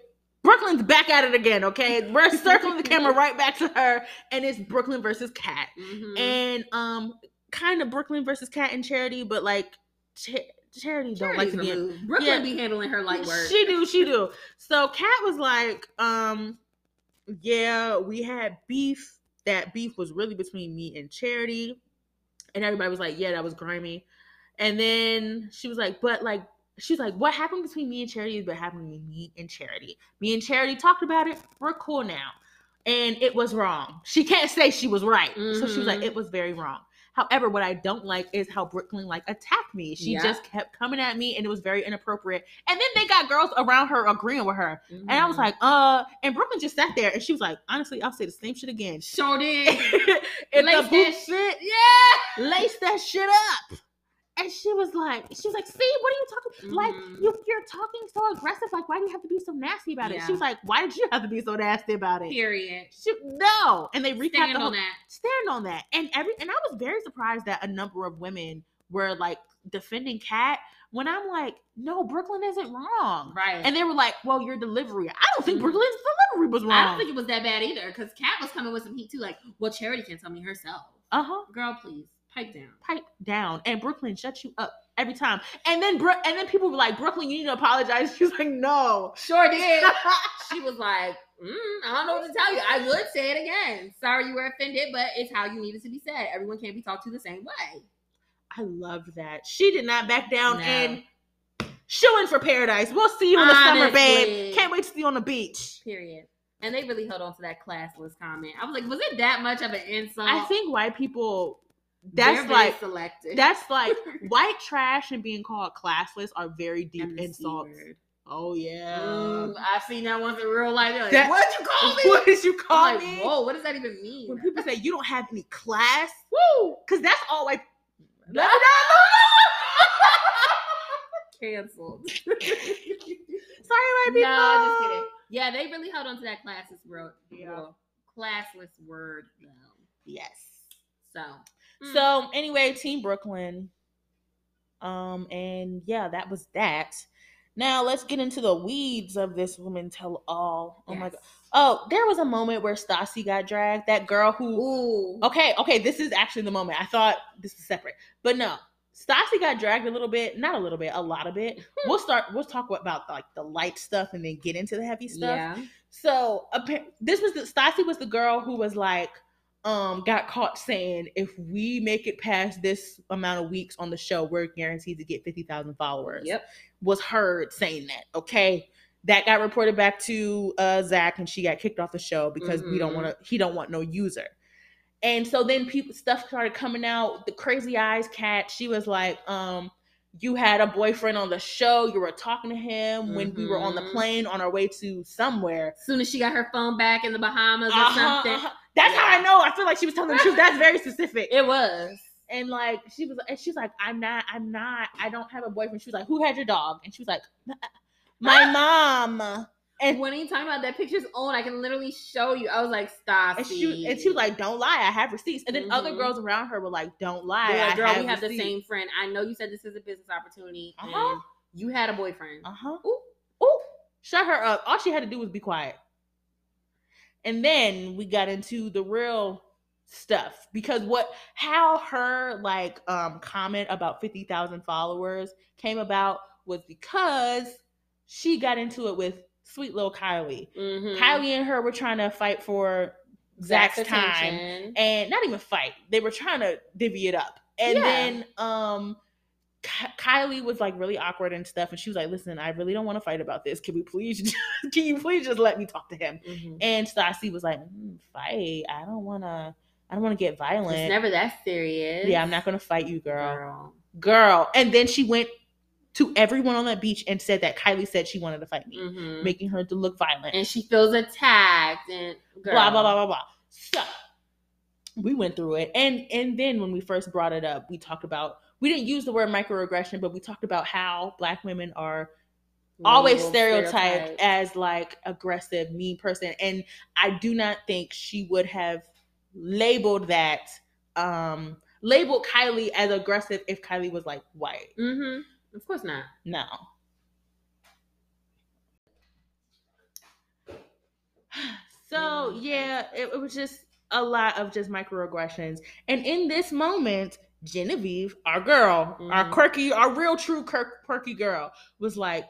Speaker 2: Brooklyn's back at it again, okay? We're circling the camera right back to her, and it's Brooklyn versus Cat.
Speaker 1: Mhm.
Speaker 2: And um, kind of Brooklyn versus Cat and Charity, but like Cha- Charity don't
Speaker 1: Charity's
Speaker 2: like to
Speaker 1: the
Speaker 2: get
Speaker 1: move. Brooklyn
Speaker 2: Yeah.
Speaker 1: be handling her light work.
Speaker 2: She do, she do. So Kat was like, um, yeah, we had beef. That beef was really between me and Charity. And everybody was like, yeah, that was grimy. And then she was like, but like, she's like, what happened between me and Charity is what happened between me and Charity. Me and Charity talked about it. We're cool now. And it was wrong. She can't say she was right. So she was like,
Speaker 1: Mhm.
Speaker 2: it was very wrong. However, what I don't like is how Brooklyn like attacked me. She
Speaker 1: Yeah.
Speaker 2: just kept coming at me and it was very inappropriate. And then they got girls around her agreeing with her. And I
Speaker 1: Mm-hmm.
Speaker 2: was like, uh, and Brooklyn just sat there and she was like, honestly, I'll say the same shit again.
Speaker 1: sure did.
Speaker 2: and
Speaker 1: Lace
Speaker 2: the
Speaker 1: that
Speaker 2: booth-
Speaker 1: shit. Yeah.
Speaker 2: lace that shit up. And she was like, she was like, see, what are you talking? Like,
Speaker 1: Mhm.
Speaker 2: you, you're talking so aggressive. Like, why do you have to be so nasty about it?
Speaker 1: Yeah.
Speaker 2: She was like, why did you have to be so nasty about it?
Speaker 1: Period.
Speaker 2: She, no. And they recapped
Speaker 1: Stand
Speaker 2: the whole
Speaker 1: on that.
Speaker 2: stand on that. And every and I was very surprised that a number of women were like defending Kat when I'm like, no, Brooklyn isn't wrong.
Speaker 1: Right.
Speaker 2: And they were like, well, your delivery. I don't think
Speaker 1: Mhm.
Speaker 2: Brooklyn's delivery was
Speaker 1: I don't
Speaker 2: wrong.
Speaker 1: think it was that bad either because Kat was coming with some heat too. Like, well, Charity can tell me herself.
Speaker 2: Uh huh.
Speaker 1: Girl, please pipe down.
Speaker 2: Pipe down. And Brooklyn shut you up every time. And then Bro- and then people were like, Brooklyn, you need to apologize. She was like, no.
Speaker 1: Sure did. she was like, mm, I don't know what to tell you. I would say it again. Sorry you were offended, but it's how you needed to be said. Everyone can't be talked to the same way.
Speaker 2: I loved that. She did not back down
Speaker 1: No.
Speaker 2: and shooing for paradise. We'll see you in the summer, babe.
Speaker 1: Honestly.
Speaker 2: Can't wait to see you on the beach.
Speaker 1: Period. And they really held on to that classless comment. I was like, was it that much of an insult?
Speaker 2: I think white people
Speaker 1: Uh, They're
Speaker 2: that's
Speaker 1: very
Speaker 2: like
Speaker 1: selective.
Speaker 2: That's like white trash and being called classless are very deep
Speaker 1: And the C
Speaker 2: insults.
Speaker 1: word.
Speaker 2: Oh yeah.
Speaker 1: Mm, I've seen that once in real life. They're Like,
Speaker 2: That-
Speaker 1: What'd you call me?
Speaker 2: What did you call
Speaker 1: I'm like,
Speaker 2: me?
Speaker 1: whoa, what does that even mean?
Speaker 2: When people say you don't have any class,
Speaker 1: Woo!
Speaker 2: because that's all like
Speaker 1: Canceled.
Speaker 2: sorry white people.
Speaker 1: No, just kidding. Yeah, they really held on to that classless word.
Speaker 2: Yeah.
Speaker 1: well, Classless word though.
Speaker 2: Yes.
Speaker 1: So. mm.
Speaker 2: So anyway, Team Brooklyn. Um, and yeah, that was that. Now let's get into the weeds of this woman tell all. Oh my
Speaker 1: Yes.
Speaker 2: god. Oh, there was a moment where Stassi got dragged. That girl who
Speaker 1: Ooh.
Speaker 2: Okay, okay, this is actually the moment. I thought this was separate, but no. Stassi got dragged a little bit, not a little bit, a lot of it.
Speaker 1: Hmm.
Speaker 2: We'll start. We'll talk about like the light stuff and then get into the heavy stuff.
Speaker 1: Yeah.
Speaker 2: So appa- this was the Stassi was the girl who was like, um, got caught saying if we make it past this amount of weeks on the show, we're guaranteed to get fifty thousand followers.
Speaker 1: Yep.
Speaker 2: Was heard saying that. Okay. That got reported back to uh Zach and she got kicked off the show because we don't
Speaker 1: Mhm.
Speaker 2: want to he don't want no user. And so then people stuff started coming out. The crazy eyes cat, she was like, um, you had a boyfriend on the show, you were talking to him when we were on the
Speaker 1: Mhm.
Speaker 2: plane on our way to somewhere.
Speaker 1: As soon as she got her phone back in the Bahamas or
Speaker 2: Uh-huh,
Speaker 1: something,
Speaker 2: uh-huh. That's how I
Speaker 1: Yeah.
Speaker 2: know. I feel like she was telling the truth. That's very specific.
Speaker 1: it was.
Speaker 2: And like she was, and she's like, I'm not, I'm not, I don't have a boyfriend. She was like, Who had your dog? And she was like, My
Speaker 1: Ah!
Speaker 2: mom.
Speaker 1: And when you talking about that picture's own, I can literally show you. I was like, Stassi.
Speaker 2: And she, and she was like, Don't lie, I have receipts. And then other
Speaker 1: Mhm.
Speaker 2: girls around her were like, Don't lie,
Speaker 1: They're like,
Speaker 2: I
Speaker 1: girl,
Speaker 2: have
Speaker 1: we have the
Speaker 2: receipts."
Speaker 1: same friend. I know you said this is a business opportunity. and
Speaker 2: Uh-huh.
Speaker 1: You had a boyfriend.
Speaker 2: Uh huh.
Speaker 1: Ooh.
Speaker 2: Ooh, shut her up. All she had to do was be quiet. And then we got into the real stuff because what how her like um comment about 50,000 followers came about was because she got into it with sweet little Kylie.
Speaker 1: Mhm.
Speaker 2: Kylie and her were trying to fight for Zach's time
Speaker 1: attention.
Speaker 2: and not even fight. They were trying to divvy it up. And
Speaker 1: Yeah.
Speaker 2: then um Ky- Kylie was like really awkward and stuff and she was like, "Listen, I really don't want to fight about this. Can we please just, can you please just let me talk to him?"
Speaker 1: Mhm.
Speaker 2: And Stassi was like, "Mm, "Fight. I don't want to I don't want to get
Speaker 1: It's
Speaker 2: violent.
Speaker 1: never that serious.
Speaker 2: yeah, I'm not going to fight you, girl."
Speaker 1: girl.
Speaker 2: Girl. And then she went to everyone on that beach and said that Kylie said she wanted to fight me,
Speaker 1: Mhm.
Speaker 2: making her to look violent.
Speaker 1: and she feels attacked and girl.
Speaker 2: blah blah blah blah blah. So we went through it, and and then when we first brought it up, we talked about we didn't use the word microaggression, but we talked about how black women are always
Speaker 1: Little
Speaker 2: stereotyped
Speaker 1: stereotype.
Speaker 2: as like aggressive, mean person, and I do not think she would have labeled that um labeled Kylie as aggressive if Kylie was like white.
Speaker 1: Mhm. Of course not.
Speaker 2: No. So yeah, it, it was just a lot of just microaggressions. And in this moment, Genevieve, our girl, our
Speaker 1: Mhm.
Speaker 2: quirky, our real true quirk, quirky girl, was like,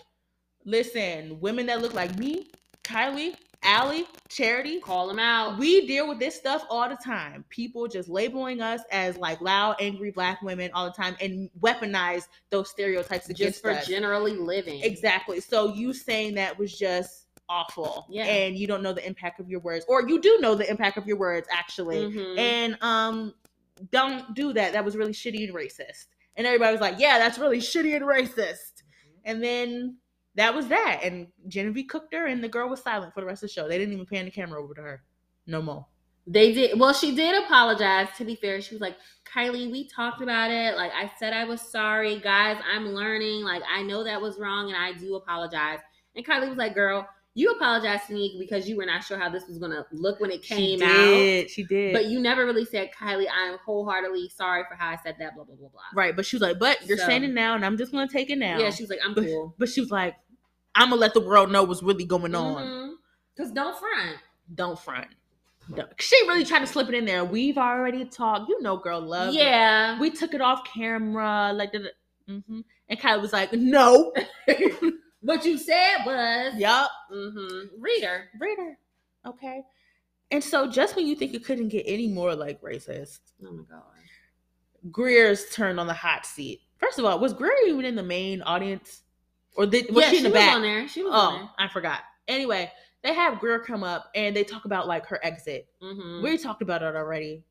Speaker 2: "Listen, women that look like me, Kylie, Allie, Charity,
Speaker 1: Call them out.
Speaker 2: we deal with this stuff all the time. People just labeling us as like loud, angry black women all the time and weaponize those stereotypes
Speaker 1: just
Speaker 2: against
Speaker 1: for
Speaker 2: us.
Speaker 1: generally living.
Speaker 2: exactly. So you saying that was just awful.
Speaker 1: Yeah.
Speaker 2: And you don't know the impact of your words. Or you do know the impact of your words actually.
Speaker 1: Mhm.
Speaker 2: And um don't do that. That was really shitty and racist. And everybody was like, "Yeah, that's really shitty and racist."
Speaker 1: Mm-hmm.
Speaker 2: And then that was that. And Genevieve cooked her, and the girl was silent for the rest of the show. They didn't even pan the camera over to her. No more.
Speaker 1: They did. Well, she did apologize. To be fair, she was like, "Kylie, we talked about it. Like I said, I was sorry, guys. I'm learning. Like I know that was wrong, and I do apologize." And Kylie was like, "Girl, you apologized to me because you were not sure how this was gonna look when it came
Speaker 2: she
Speaker 1: out,
Speaker 2: did. She did.
Speaker 1: but you never really said, Kylie, I am wholeheartedly sorry for how I said that. Blah blah blah blah."
Speaker 2: right, but she was like, "But you're
Speaker 1: So-
Speaker 2: saying it now, and I'm just gonna take it now."
Speaker 1: Yeah, she was like, "I'm
Speaker 2: But-
Speaker 1: cool."
Speaker 2: but she was like, "I'm gonna let the world know what's really going
Speaker 1: Mm-hmm.
Speaker 2: on.
Speaker 1: Because don't front.
Speaker 2: Don't front." Don't- She really tried to slip it in there. We've already talked. You know, girl, love.
Speaker 1: yeah.
Speaker 2: we took it off camera. Like, da, da, mhm. and Kylie was like, "No,
Speaker 1: what you said was.
Speaker 2: yup,
Speaker 1: Mm-hmm. Reader.
Speaker 2: reader, okay." And so, just when you think you couldn't get any more like racist,
Speaker 1: Oh my god.
Speaker 2: Greer's turned on the hot seat. First of all, was Greer even in the main audience, or did was
Speaker 1: yeah,
Speaker 2: she in the
Speaker 1: was
Speaker 2: back?
Speaker 1: on there. She was
Speaker 2: Oh, I forgot. Anyway, they have Greer come up and they talk about like her exit.
Speaker 1: on there. Mm-hmm.
Speaker 2: We talked about it already.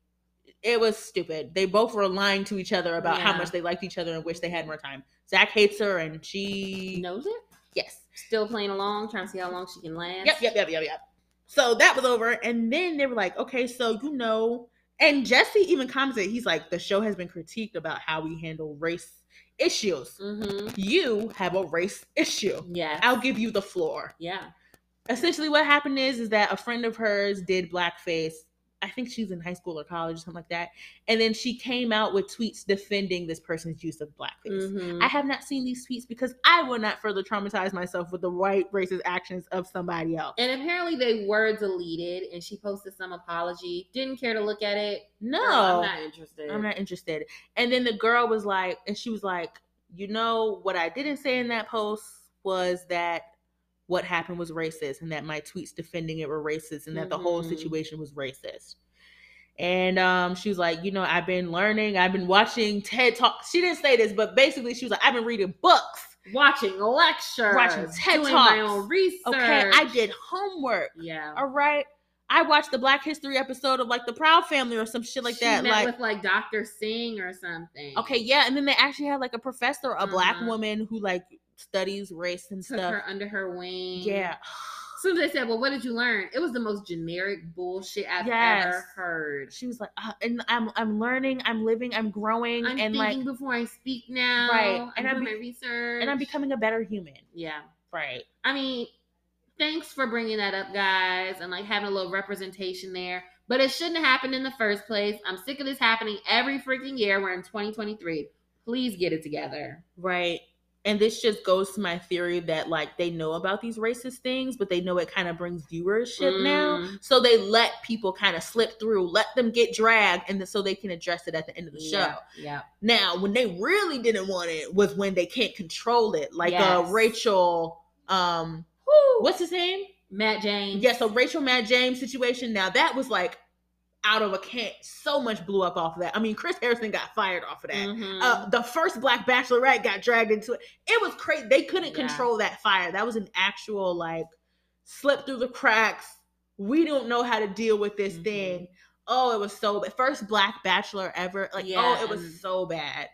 Speaker 2: It was stupid. They both were lying to each other about how
Speaker 1: Yeah.
Speaker 2: much they liked each other and wish they had more time. Zach hates her and she
Speaker 1: knows it.
Speaker 2: yes.
Speaker 1: Still playing along, trying to see how long she can last.
Speaker 2: Yep, yep, yep, yep, yep. So that was over, and then they were like, okay, so you know, and Jesse even commented, he's like, the show has been critiqued about how we handle race issues.
Speaker 1: Mm-hmm.
Speaker 2: You have a race issue.
Speaker 1: Yeah.
Speaker 2: I'll give you the floor.
Speaker 1: yeah.
Speaker 2: essentially what happened is is that a friend of hers did blackface i think she's in high school or college or something like that and then she came out with tweets defending this person's use of blackface
Speaker 1: Mhm.
Speaker 2: i have not seen these tweets because i will not further traumatize myself with the white racist actions of somebody else
Speaker 1: and apparently they were deleted, and she posted some apology. Didn't care to look at it.
Speaker 2: no
Speaker 1: Girl, I'm not interested.
Speaker 2: I'm not interested. And then the girl was like, and she was like, you know, what I didn't say in that post was that what happened was racist and that my tweets defending it were racist and that the whole
Speaker 1: Mhm.
Speaker 2: situation was racist. And um, she was like, you know, I've been learning, I've been watching TED Talks. She didn't say this, but basically she was like, I've been reading books.
Speaker 1: watching lectures,
Speaker 2: Watching TED
Speaker 1: doing my
Speaker 2: Talks.
Speaker 1: own research.
Speaker 2: Okay, I did homework.
Speaker 1: Yeah.
Speaker 2: All right. I watched the Black History episode of like the Proud Family or some shit like
Speaker 1: She
Speaker 2: that.
Speaker 1: met
Speaker 2: like
Speaker 1: with like Doctor Singh or something.
Speaker 2: Okay, yeah, and then they actually had like a professor, a black
Speaker 1: Uh-huh.
Speaker 2: woman who like studies race and
Speaker 1: Took
Speaker 2: stuff.
Speaker 1: her under her wing.
Speaker 2: Yeah,
Speaker 1: As soon as they said, "Well, what did you learn?" It was the most generic bullshit I've ever
Speaker 2: Yes.
Speaker 1: heard.
Speaker 2: she was like, uh, and I'm I'm learning, I'm living, I'm growing,
Speaker 1: I'm
Speaker 2: and
Speaker 1: thinking
Speaker 2: like,
Speaker 1: before I speak now.
Speaker 2: Right,
Speaker 1: I'm
Speaker 2: and I'm
Speaker 1: doing
Speaker 2: be-
Speaker 1: my research,
Speaker 2: and I'm becoming a better human.
Speaker 1: Yeah,
Speaker 2: Right.
Speaker 1: I mean, thanks for bringing that up, guys, and like having a little representation there. But it shouldn't have happened in the first place. I'm sick of this happening every freaking year. We're in 2023. Please get it together.
Speaker 2: Right. And this just goes to my theory that like they know about these racist things, but they know it kind of brings viewership now.
Speaker 1: Mm.
Speaker 2: So they let people kind of slip through, let them get dragged, and then so they can address it at the end of the show.
Speaker 1: Yeah, yeah.
Speaker 2: Now, when they really didn't want it was when they can't control it, like uh,
Speaker 1: Yes.
Speaker 2: Rachel. Um, what's his name?
Speaker 1: Matt James.
Speaker 2: Yeah, so Rachel Matt James situation. Now that was like out of a can. So much blew up off of that. I mean, Chris Harrison got fired off of that.
Speaker 1: Mhm.
Speaker 2: Uh, the first Black Bachelorette got dragged into it. It was crazy. They couldn't
Speaker 1: Yeah.
Speaker 2: control that fire. That was an actual like slip through the cracks. We don't know how to deal with this
Speaker 1: Mhm.
Speaker 2: thing. Oh, it was so bad. First Black Bachelor ever. Like,
Speaker 1: Yeah,
Speaker 2: oh, it
Speaker 1: and-
Speaker 2: was so bad.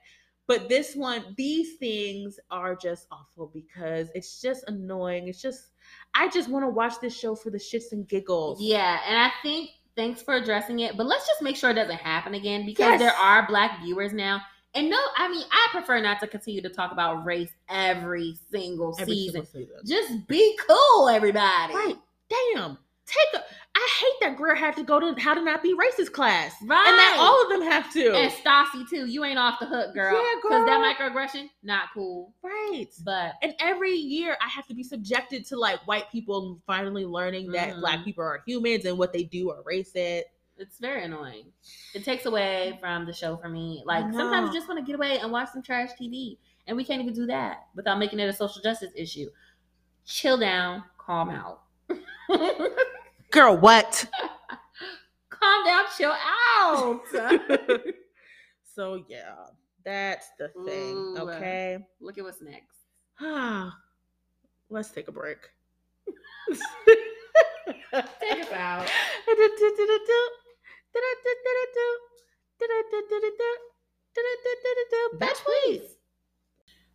Speaker 2: But this one, these things are just awful because it's just annoying. It's just, I just want to watch this show for the shits and giggles.
Speaker 1: Yeah, and I think thanks for addressing it, but let's just make sure it doesn't happen again because
Speaker 2: Yes.
Speaker 1: there are black viewers now. And no, I mean, I prefer not to continue to talk about race every single
Speaker 2: Every
Speaker 1: season.
Speaker 2: single season.
Speaker 1: Just be cool, everybody.
Speaker 2: Right. Damn. Take a. I hate that Greer had to go to how to not be racist class,
Speaker 1: Right.
Speaker 2: and that all of them have to.
Speaker 1: And Stassi too. You ain't off the hook, girl.
Speaker 2: Yeah,
Speaker 1: Because that
Speaker 2: girl.
Speaker 1: microaggression, not cool.
Speaker 2: Right.
Speaker 1: But
Speaker 2: And every year I have to be subjected to like white people finally learning that
Speaker 1: Mhm.
Speaker 2: black people are humans and what they do are racist.
Speaker 1: it's very annoying. It takes away from the show for me. Like
Speaker 2: I know.
Speaker 1: sometimes you just want to get away and watch some trash TV, and we can't even do that without making it a social justice issue. Chill down, calm out, calm
Speaker 2: Girl, what?
Speaker 1: down, chill out.
Speaker 2: so yeah, that's the thing.
Speaker 1: Ooh.
Speaker 2: Okay.
Speaker 1: Look at what's next.
Speaker 2: Let's take a break.
Speaker 1: Take us out.
Speaker 2: Bitch, please.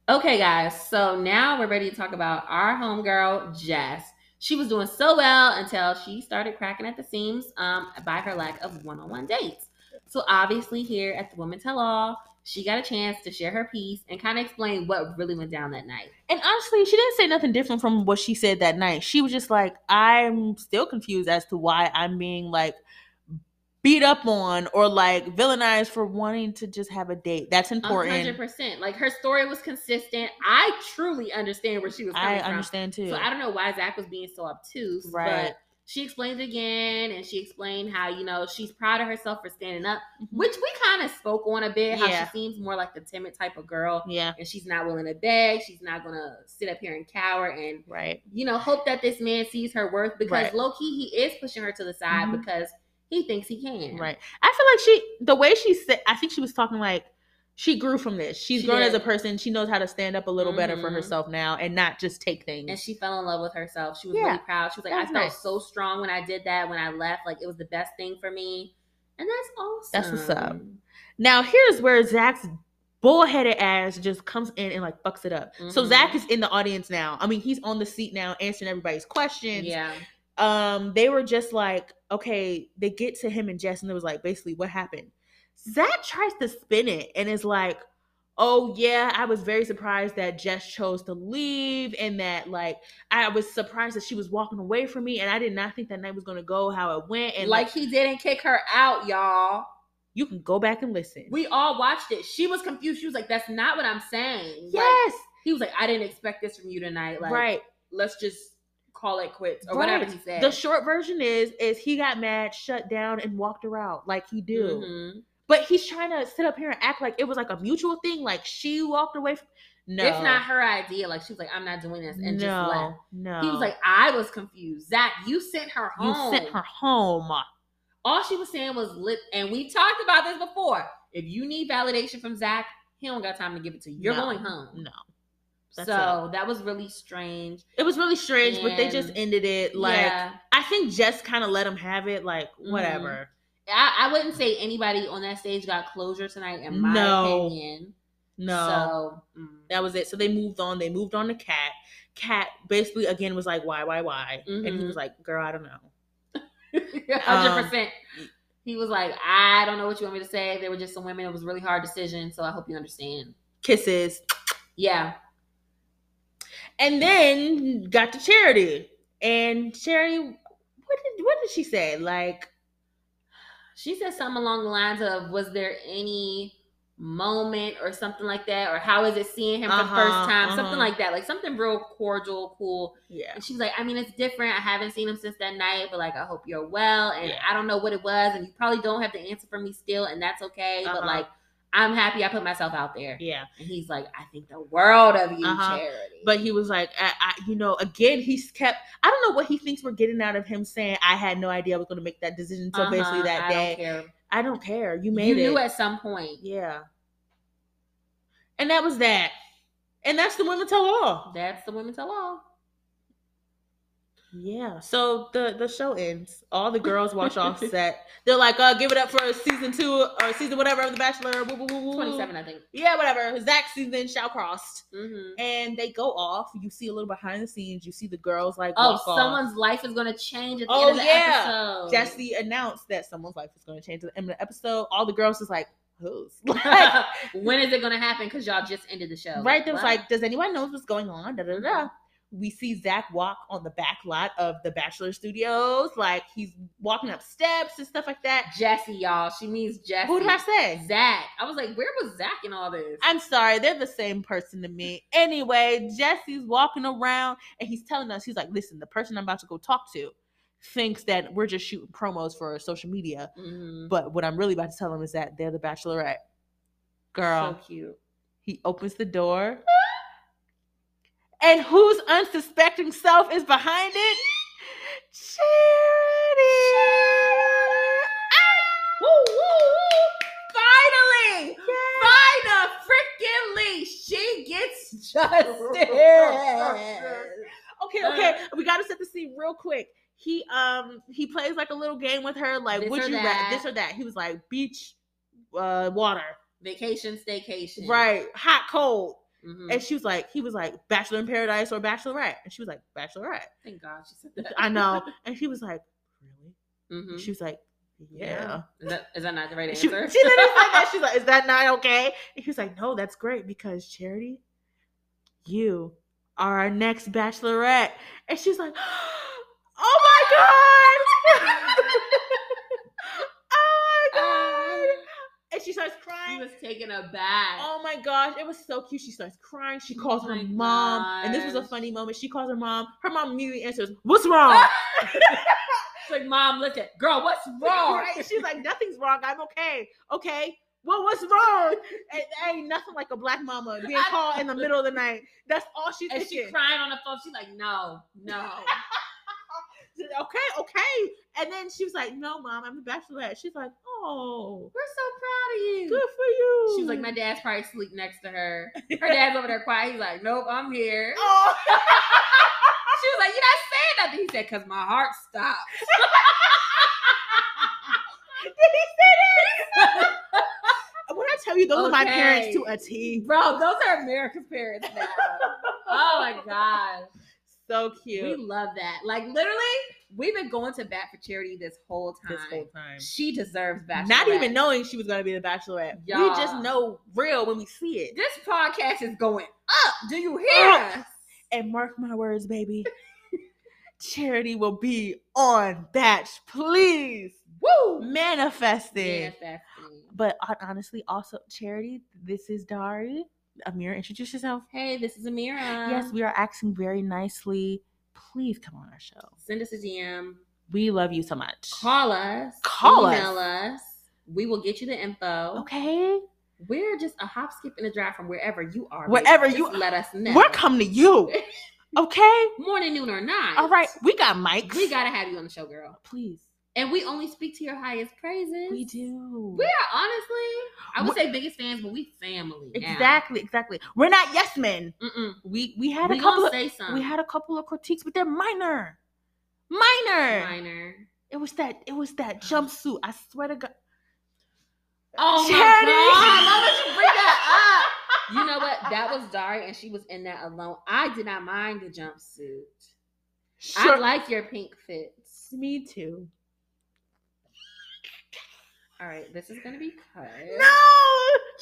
Speaker 1: Okay, guys. So now we're ready to talk about our homegirl, Jess. She was doing so well until she started cracking at the seams um, by her lack of one on one dates. So, obviously, here at the Women Tell All, she got a chance to share her piece and kind of explain what really went down that night.
Speaker 2: And honestly, she didn't say nothing different from what she said that night. She was just like, I'm still confused as to why I'm being like beat up on or like villainized for wanting to just have a date. That's
Speaker 1: A
Speaker 2: important.
Speaker 1: 100%. Like, her story was consistent. I truly understand where she was coming
Speaker 2: I
Speaker 1: from.
Speaker 2: understand too.
Speaker 1: So I don't know why Zach was being so obtuse.
Speaker 2: Right.
Speaker 1: But she explained again, and she explained how you know she's proud of herself for standing up,
Speaker 2: Mhm.
Speaker 1: which we kind of spoke on a bit. How
Speaker 2: Yeah.
Speaker 1: she seems more like the timid type of girl,
Speaker 2: yeah,
Speaker 1: and she's not willing to beg. She's not gonna sit up here and cower and
Speaker 2: right.
Speaker 1: you know hope that this man sees her worth because
Speaker 2: Right.
Speaker 1: low key he is pushing her to the side
Speaker 2: Mhm.
Speaker 1: because he thinks he can.
Speaker 2: Right. I feel like she the way she said I think she was talking like she grew from this. She's
Speaker 1: She
Speaker 2: grown
Speaker 1: did.
Speaker 2: as a person. She knows how to stand up a little better for
Speaker 1: Mhm.
Speaker 2: herself now and not just take things.
Speaker 1: And she fell in love with herself. She was
Speaker 2: Yeah.
Speaker 1: really proud. She was like,
Speaker 2: That's
Speaker 1: I felt
Speaker 2: nice.
Speaker 1: so strong when I did that. When I left, like it was the best thing for me. And that's awesome.
Speaker 2: That's what's up. Now here's where Zach's bullheaded ass just comes in and like fucks it up. So
Speaker 1: Mhm.
Speaker 2: Zach is in the audience now. I mean, he's on the seat now, answering everybody's questions.
Speaker 1: Yeah.
Speaker 2: Um, they were just like, okay, they get to him and Jess, and it was like, basically, what happened? Zach tries to spin it and is like, oh yeah, I was very surprised that Jess chose to leave, and that like I was surprised that she was walking away from me, and I did not think that night was gonna go how it went. And like,
Speaker 1: like he didn't kick her out, y'all.
Speaker 2: you can go back and listen.
Speaker 1: We all watched it. She was confused. She was like, "That's not what I'm saying." Like,
Speaker 2: yes,
Speaker 1: he was like, "I didn't expect this from you tonight." Like,
Speaker 2: right.
Speaker 1: let's just call it quits or whatever
Speaker 2: Right.
Speaker 1: he said.
Speaker 2: The short version is is he got mad, shut down, and walked her out like he do.
Speaker 1: Mhm.
Speaker 2: But he's trying to sit up here and act like it was like a mutual thing, like she walked away. From... No,
Speaker 1: It's not her idea. Like she was like, "I'm not doing this," and
Speaker 2: no,
Speaker 1: just left.
Speaker 2: no.
Speaker 1: He was like, "I was confused." Zach, you sent her
Speaker 2: you
Speaker 1: home.
Speaker 2: sent her home. uh,
Speaker 1: All she was saying was lip, and we talked about this before. If you need validation from Zach, he don't got time to give it to you. You're
Speaker 2: No.
Speaker 1: going home.
Speaker 2: No, That's
Speaker 1: so that was really strange.
Speaker 2: it was really strange, but they just
Speaker 1: And-
Speaker 2: ended it. Like
Speaker 1: Yeah. Mm-hmm.
Speaker 2: I think Jess kind of let him have it. Like whatever.
Speaker 1: I, I wouldn't say anybody on that stage got closure tonight, in my
Speaker 2: No.
Speaker 1: opinion.
Speaker 2: No.
Speaker 1: So, mm.
Speaker 2: That was it. So they moved on. They moved on to Cat. Cat basically again was like, why, why, why? And he
Speaker 1: Mhm.
Speaker 2: was like, girl, I don't know. Um,
Speaker 1: 100%. he was like, I don't know what you want me to say. They were just some women. It was a really hard decision. So I hope you understand.
Speaker 2: Kisses.
Speaker 1: Yeah.
Speaker 2: and then got to Charity. And Charity, what did what did she say? Like,
Speaker 1: She said something along the lines of, Was there any moment or something like that? Or how is it seeing him for the
Speaker 2: Uh-huh,
Speaker 1: first time?
Speaker 2: uh-huh.
Speaker 1: Something like that. Like something real cordial, cool.
Speaker 2: yeah,
Speaker 1: And she was like, I mean, it's different. I haven't seen him since that night, but like, I hope you're well. And
Speaker 2: Yeah.
Speaker 1: I don't know what it was. And you probably don't have the answer for me still. And that's okay. But
Speaker 2: Uh-huh.
Speaker 1: like, I'm happy I put myself out there.
Speaker 2: yeah.
Speaker 1: And he's like, I think the world of you,
Speaker 2: Uh-huh.
Speaker 1: Charity.
Speaker 2: But he was like, I, I, you know, again, he's kept. I don't know what he thinks we're getting out of him saying I had no idea I was going to make that decision until
Speaker 1: Uh-huh,
Speaker 2: basically that
Speaker 1: I
Speaker 2: day.
Speaker 1: Don't care.
Speaker 2: I don't care. You
Speaker 1: You
Speaker 2: made it.
Speaker 1: knew at some point.
Speaker 2: Yeah. And that was that. And that's the women tell all.
Speaker 1: That's the women tell all.
Speaker 2: Yeah. So the the show ends. All the girls watch off set. They're like, uh, give it up for season two or season whatever of The Bachelor. Woo, woo, woo, woo.
Speaker 1: 27, I think.
Speaker 2: yeah, whatever. Zach season shall crossed.
Speaker 1: hmm
Speaker 2: And they go off. You see a little behind the scenes. You see the girls like
Speaker 1: Oh,
Speaker 2: walk off.
Speaker 1: someone's life is going to change at the
Speaker 2: Oh,
Speaker 1: end of the
Speaker 2: yeah.
Speaker 1: episode.
Speaker 2: Jesse announced that someone's life is going to change at the end of the episode. All the girls is like, who's? Like,
Speaker 1: when is it going to happen? Because y'all just ended the show.
Speaker 2: right? There was
Speaker 1: What?
Speaker 2: like, does anyone know what's going on? Da da da. da. we see Zach walk on the back lot of the Bachelor Studios. Like he's walking up steps and stuff like that.
Speaker 1: Jesse, y'all. She means Jesse.
Speaker 2: Who did I say?
Speaker 1: Zach. I was like, where was Zach in all this?
Speaker 2: I'm sorry, they're the same person to me. Anyway, Jesse's walking around and he's telling us, he's like, listen, the person I'm about to go talk to thinks that we're just shooting promos for social media.
Speaker 1: Mhm.
Speaker 2: But what I'm really about to tell him is that they're the Bachelorette. Girl,
Speaker 1: So cute.
Speaker 2: he opens the door. and whose unsuspecting self is behind it? Charity!
Speaker 1: Woo, woo, woo. Finally. By the freaking least, she gets justice.
Speaker 2: okay, okay.
Speaker 1: Uh,
Speaker 2: We gotta set the scene real quick. He um he plays like a little game with her, like
Speaker 1: This
Speaker 2: would
Speaker 1: or
Speaker 2: you
Speaker 1: that.
Speaker 2: rather this or that? He was like beach, uh, water,
Speaker 1: Vacation, staycation.
Speaker 2: right, hot, cold,
Speaker 1: Mhm.
Speaker 2: and she was like, he was like bachelor in paradise or bachelorette, and she was like bachelorette.
Speaker 1: Thank God she said that.
Speaker 2: I know, and she was like, really?
Speaker 1: Mhm.
Speaker 2: She was like, yeah.
Speaker 1: Is that, is that not the right
Speaker 2: She, she
Speaker 1: answer?
Speaker 2: literally said that. She's like, is that not okay? And he was like, no, that's great because Charity, you are our next bachelorette. And she's like, oh my God. oh my God.
Speaker 1: Um,
Speaker 2: And she starts
Speaker 1: she
Speaker 2: crying.
Speaker 1: was taken aback.
Speaker 2: Oh my gosh, it was so cute. She starts crying. She calls her
Speaker 1: Oh my
Speaker 2: mom. And this was a
Speaker 1: gosh.
Speaker 2: funny moment. She calls her mom. Her mom immediately answers, What's wrong?
Speaker 1: She's like, Mom, listen, girl, what's wrong?
Speaker 2: Right? She's like, nothing's wrong. I'm okay. Okay. Well, what's wrong? And there ain't nothing like a black mama being
Speaker 1: I-
Speaker 2: called in the middle of the night. That's all she's
Speaker 1: And she
Speaker 2: thinking.
Speaker 1: crying on the phone. She's like, No, no.
Speaker 2: She said, okay, okay. And then she was like, no, mom, I'm the bachelorette. She's like, oh,
Speaker 1: We're so proud of
Speaker 2: good
Speaker 1: you.
Speaker 2: for you.
Speaker 1: She's like, My dad's probably asleep next to her. Her dad's over there quiet. He's like, Nope, I'm here.
Speaker 2: oh.
Speaker 1: She was like, You're not saying nothing. He said, Because my heart stopped.
Speaker 2: Did he say that? when I tell you, those are my
Speaker 1: Okay.
Speaker 2: parents to a T.
Speaker 1: Bro, those are America's parents now. oh my gosh.
Speaker 2: So
Speaker 1: We
Speaker 2: cute.
Speaker 1: love that. Like literally, we've been going to bat for charity this whole time.
Speaker 2: This whole time.
Speaker 1: she deserves bachelorette.
Speaker 2: Not even knowing she was going to be the bachelorette. We
Speaker 1: Y'all.
Speaker 2: just know real when we see it.
Speaker 1: This podcast is going up. Do you hear
Speaker 2: Up.
Speaker 1: us?
Speaker 2: And mark my words, baby. Charity will be on batch, please.
Speaker 1: Woo!
Speaker 2: Manifesting.
Speaker 1: Manifesting.
Speaker 2: But hon- honestly, also, Charity, this is Dari. Amira, introduce yourself.
Speaker 1: Hey, this is Amira.
Speaker 2: yes, we are acting very nicely. Please come on our show.
Speaker 1: Send us a DM.
Speaker 2: We love you so much.
Speaker 1: Call us.
Speaker 2: Call us.
Speaker 1: email us. We will get you the info.
Speaker 2: Okay?
Speaker 1: We're just a hop, skip, and a drive from wherever you are. baby.
Speaker 2: Wherever
Speaker 1: Just
Speaker 2: you are.
Speaker 1: Let us know.
Speaker 2: We're coming to you. Okay?
Speaker 1: Morning, noon, or night.
Speaker 2: All right. We got mics.
Speaker 1: We gotta have you on the show, girl.
Speaker 2: Please.
Speaker 1: And we only speak to your highest praises.
Speaker 2: We do.
Speaker 1: We are honestly, I would
Speaker 2: We-
Speaker 1: say biggest fans, but we family. now.
Speaker 2: Exactly, exactly. We're not yes men.
Speaker 1: Mm-mm.
Speaker 2: We we had
Speaker 1: We
Speaker 2: a couple
Speaker 1: gonna
Speaker 2: of
Speaker 1: say something.
Speaker 2: we had a couple of critiques, but they're minor. Minor.
Speaker 1: minor.
Speaker 2: It was that it was that jumpsuit. I swear to God.
Speaker 1: Oh
Speaker 2: Charity.
Speaker 1: my god! Why would you bring that up? You know what? That was Dari, and she was in that alone. I did not mind the jumpsuit. I like your pink fits.
Speaker 2: me too.
Speaker 1: All right, this is gonna be cut.
Speaker 2: No.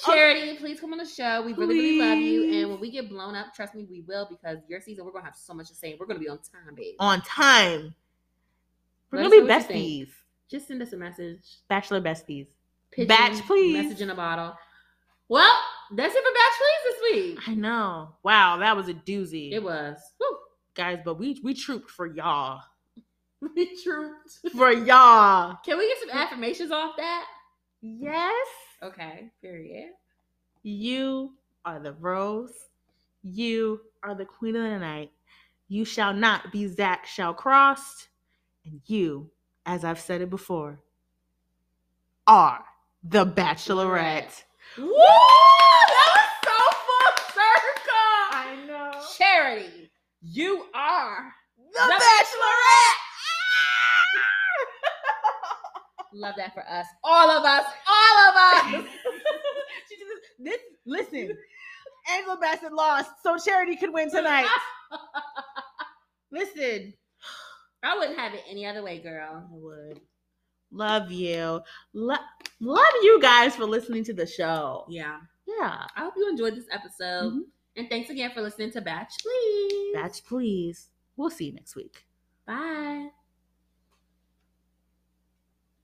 Speaker 1: Charity, please come on the show. We really, really love you.
Speaker 2: Please.
Speaker 1: And when we get blown up, trust me, we will because your season, we're gonna have so much to say. We're gonna be on time, babe.
Speaker 2: On time. We're
Speaker 1: Let
Speaker 2: gonna be
Speaker 1: us know what you
Speaker 2: besties.
Speaker 1: Just send us a message.
Speaker 2: Bachelor besties.
Speaker 1: Pigeon,
Speaker 2: Batch, please.
Speaker 1: Message in a bottle. Well, that's it for batch, please, this week.
Speaker 2: I know. Wow, that was a doozy.
Speaker 1: It was. Woo.
Speaker 2: Guys, but we we trooped for y'all.
Speaker 1: We trooped.
Speaker 2: For y'all.
Speaker 1: Can we get some affirmations off that?
Speaker 2: Yes.
Speaker 1: Okay, period.
Speaker 2: You are the rose. You are the queen of the night. You shall not be Zach shall crossed. And you, as I've said it before, are the bachelorette.
Speaker 1: Woo! That was so full circle.
Speaker 2: I know.
Speaker 1: Charity, you are.
Speaker 2: The,
Speaker 1: The
Speaker 2: bachelorette.
Speaker 1: Love that for us. All of us. All of us.
Speaker 2: she did this, this listen. Angela Bassett lost, so Charity could win tonight. Listen.
Speaker 1: I wouldn't have it any other way, girl.
Speaker 2: I would. Love you. Lo- love you guys for listening to the show.
Speaker 1: Yeah.
Speaker 2: Yeah.
Speaker 1: I hope you enjoyed this episode.
Speaker 2: Mhm.
Speaker 1: Mm-hmm. And thanks again for listening to Batch, please. please.
Speaker 2: Batch, please. We'll see you next week.
Speaker 1: Bye.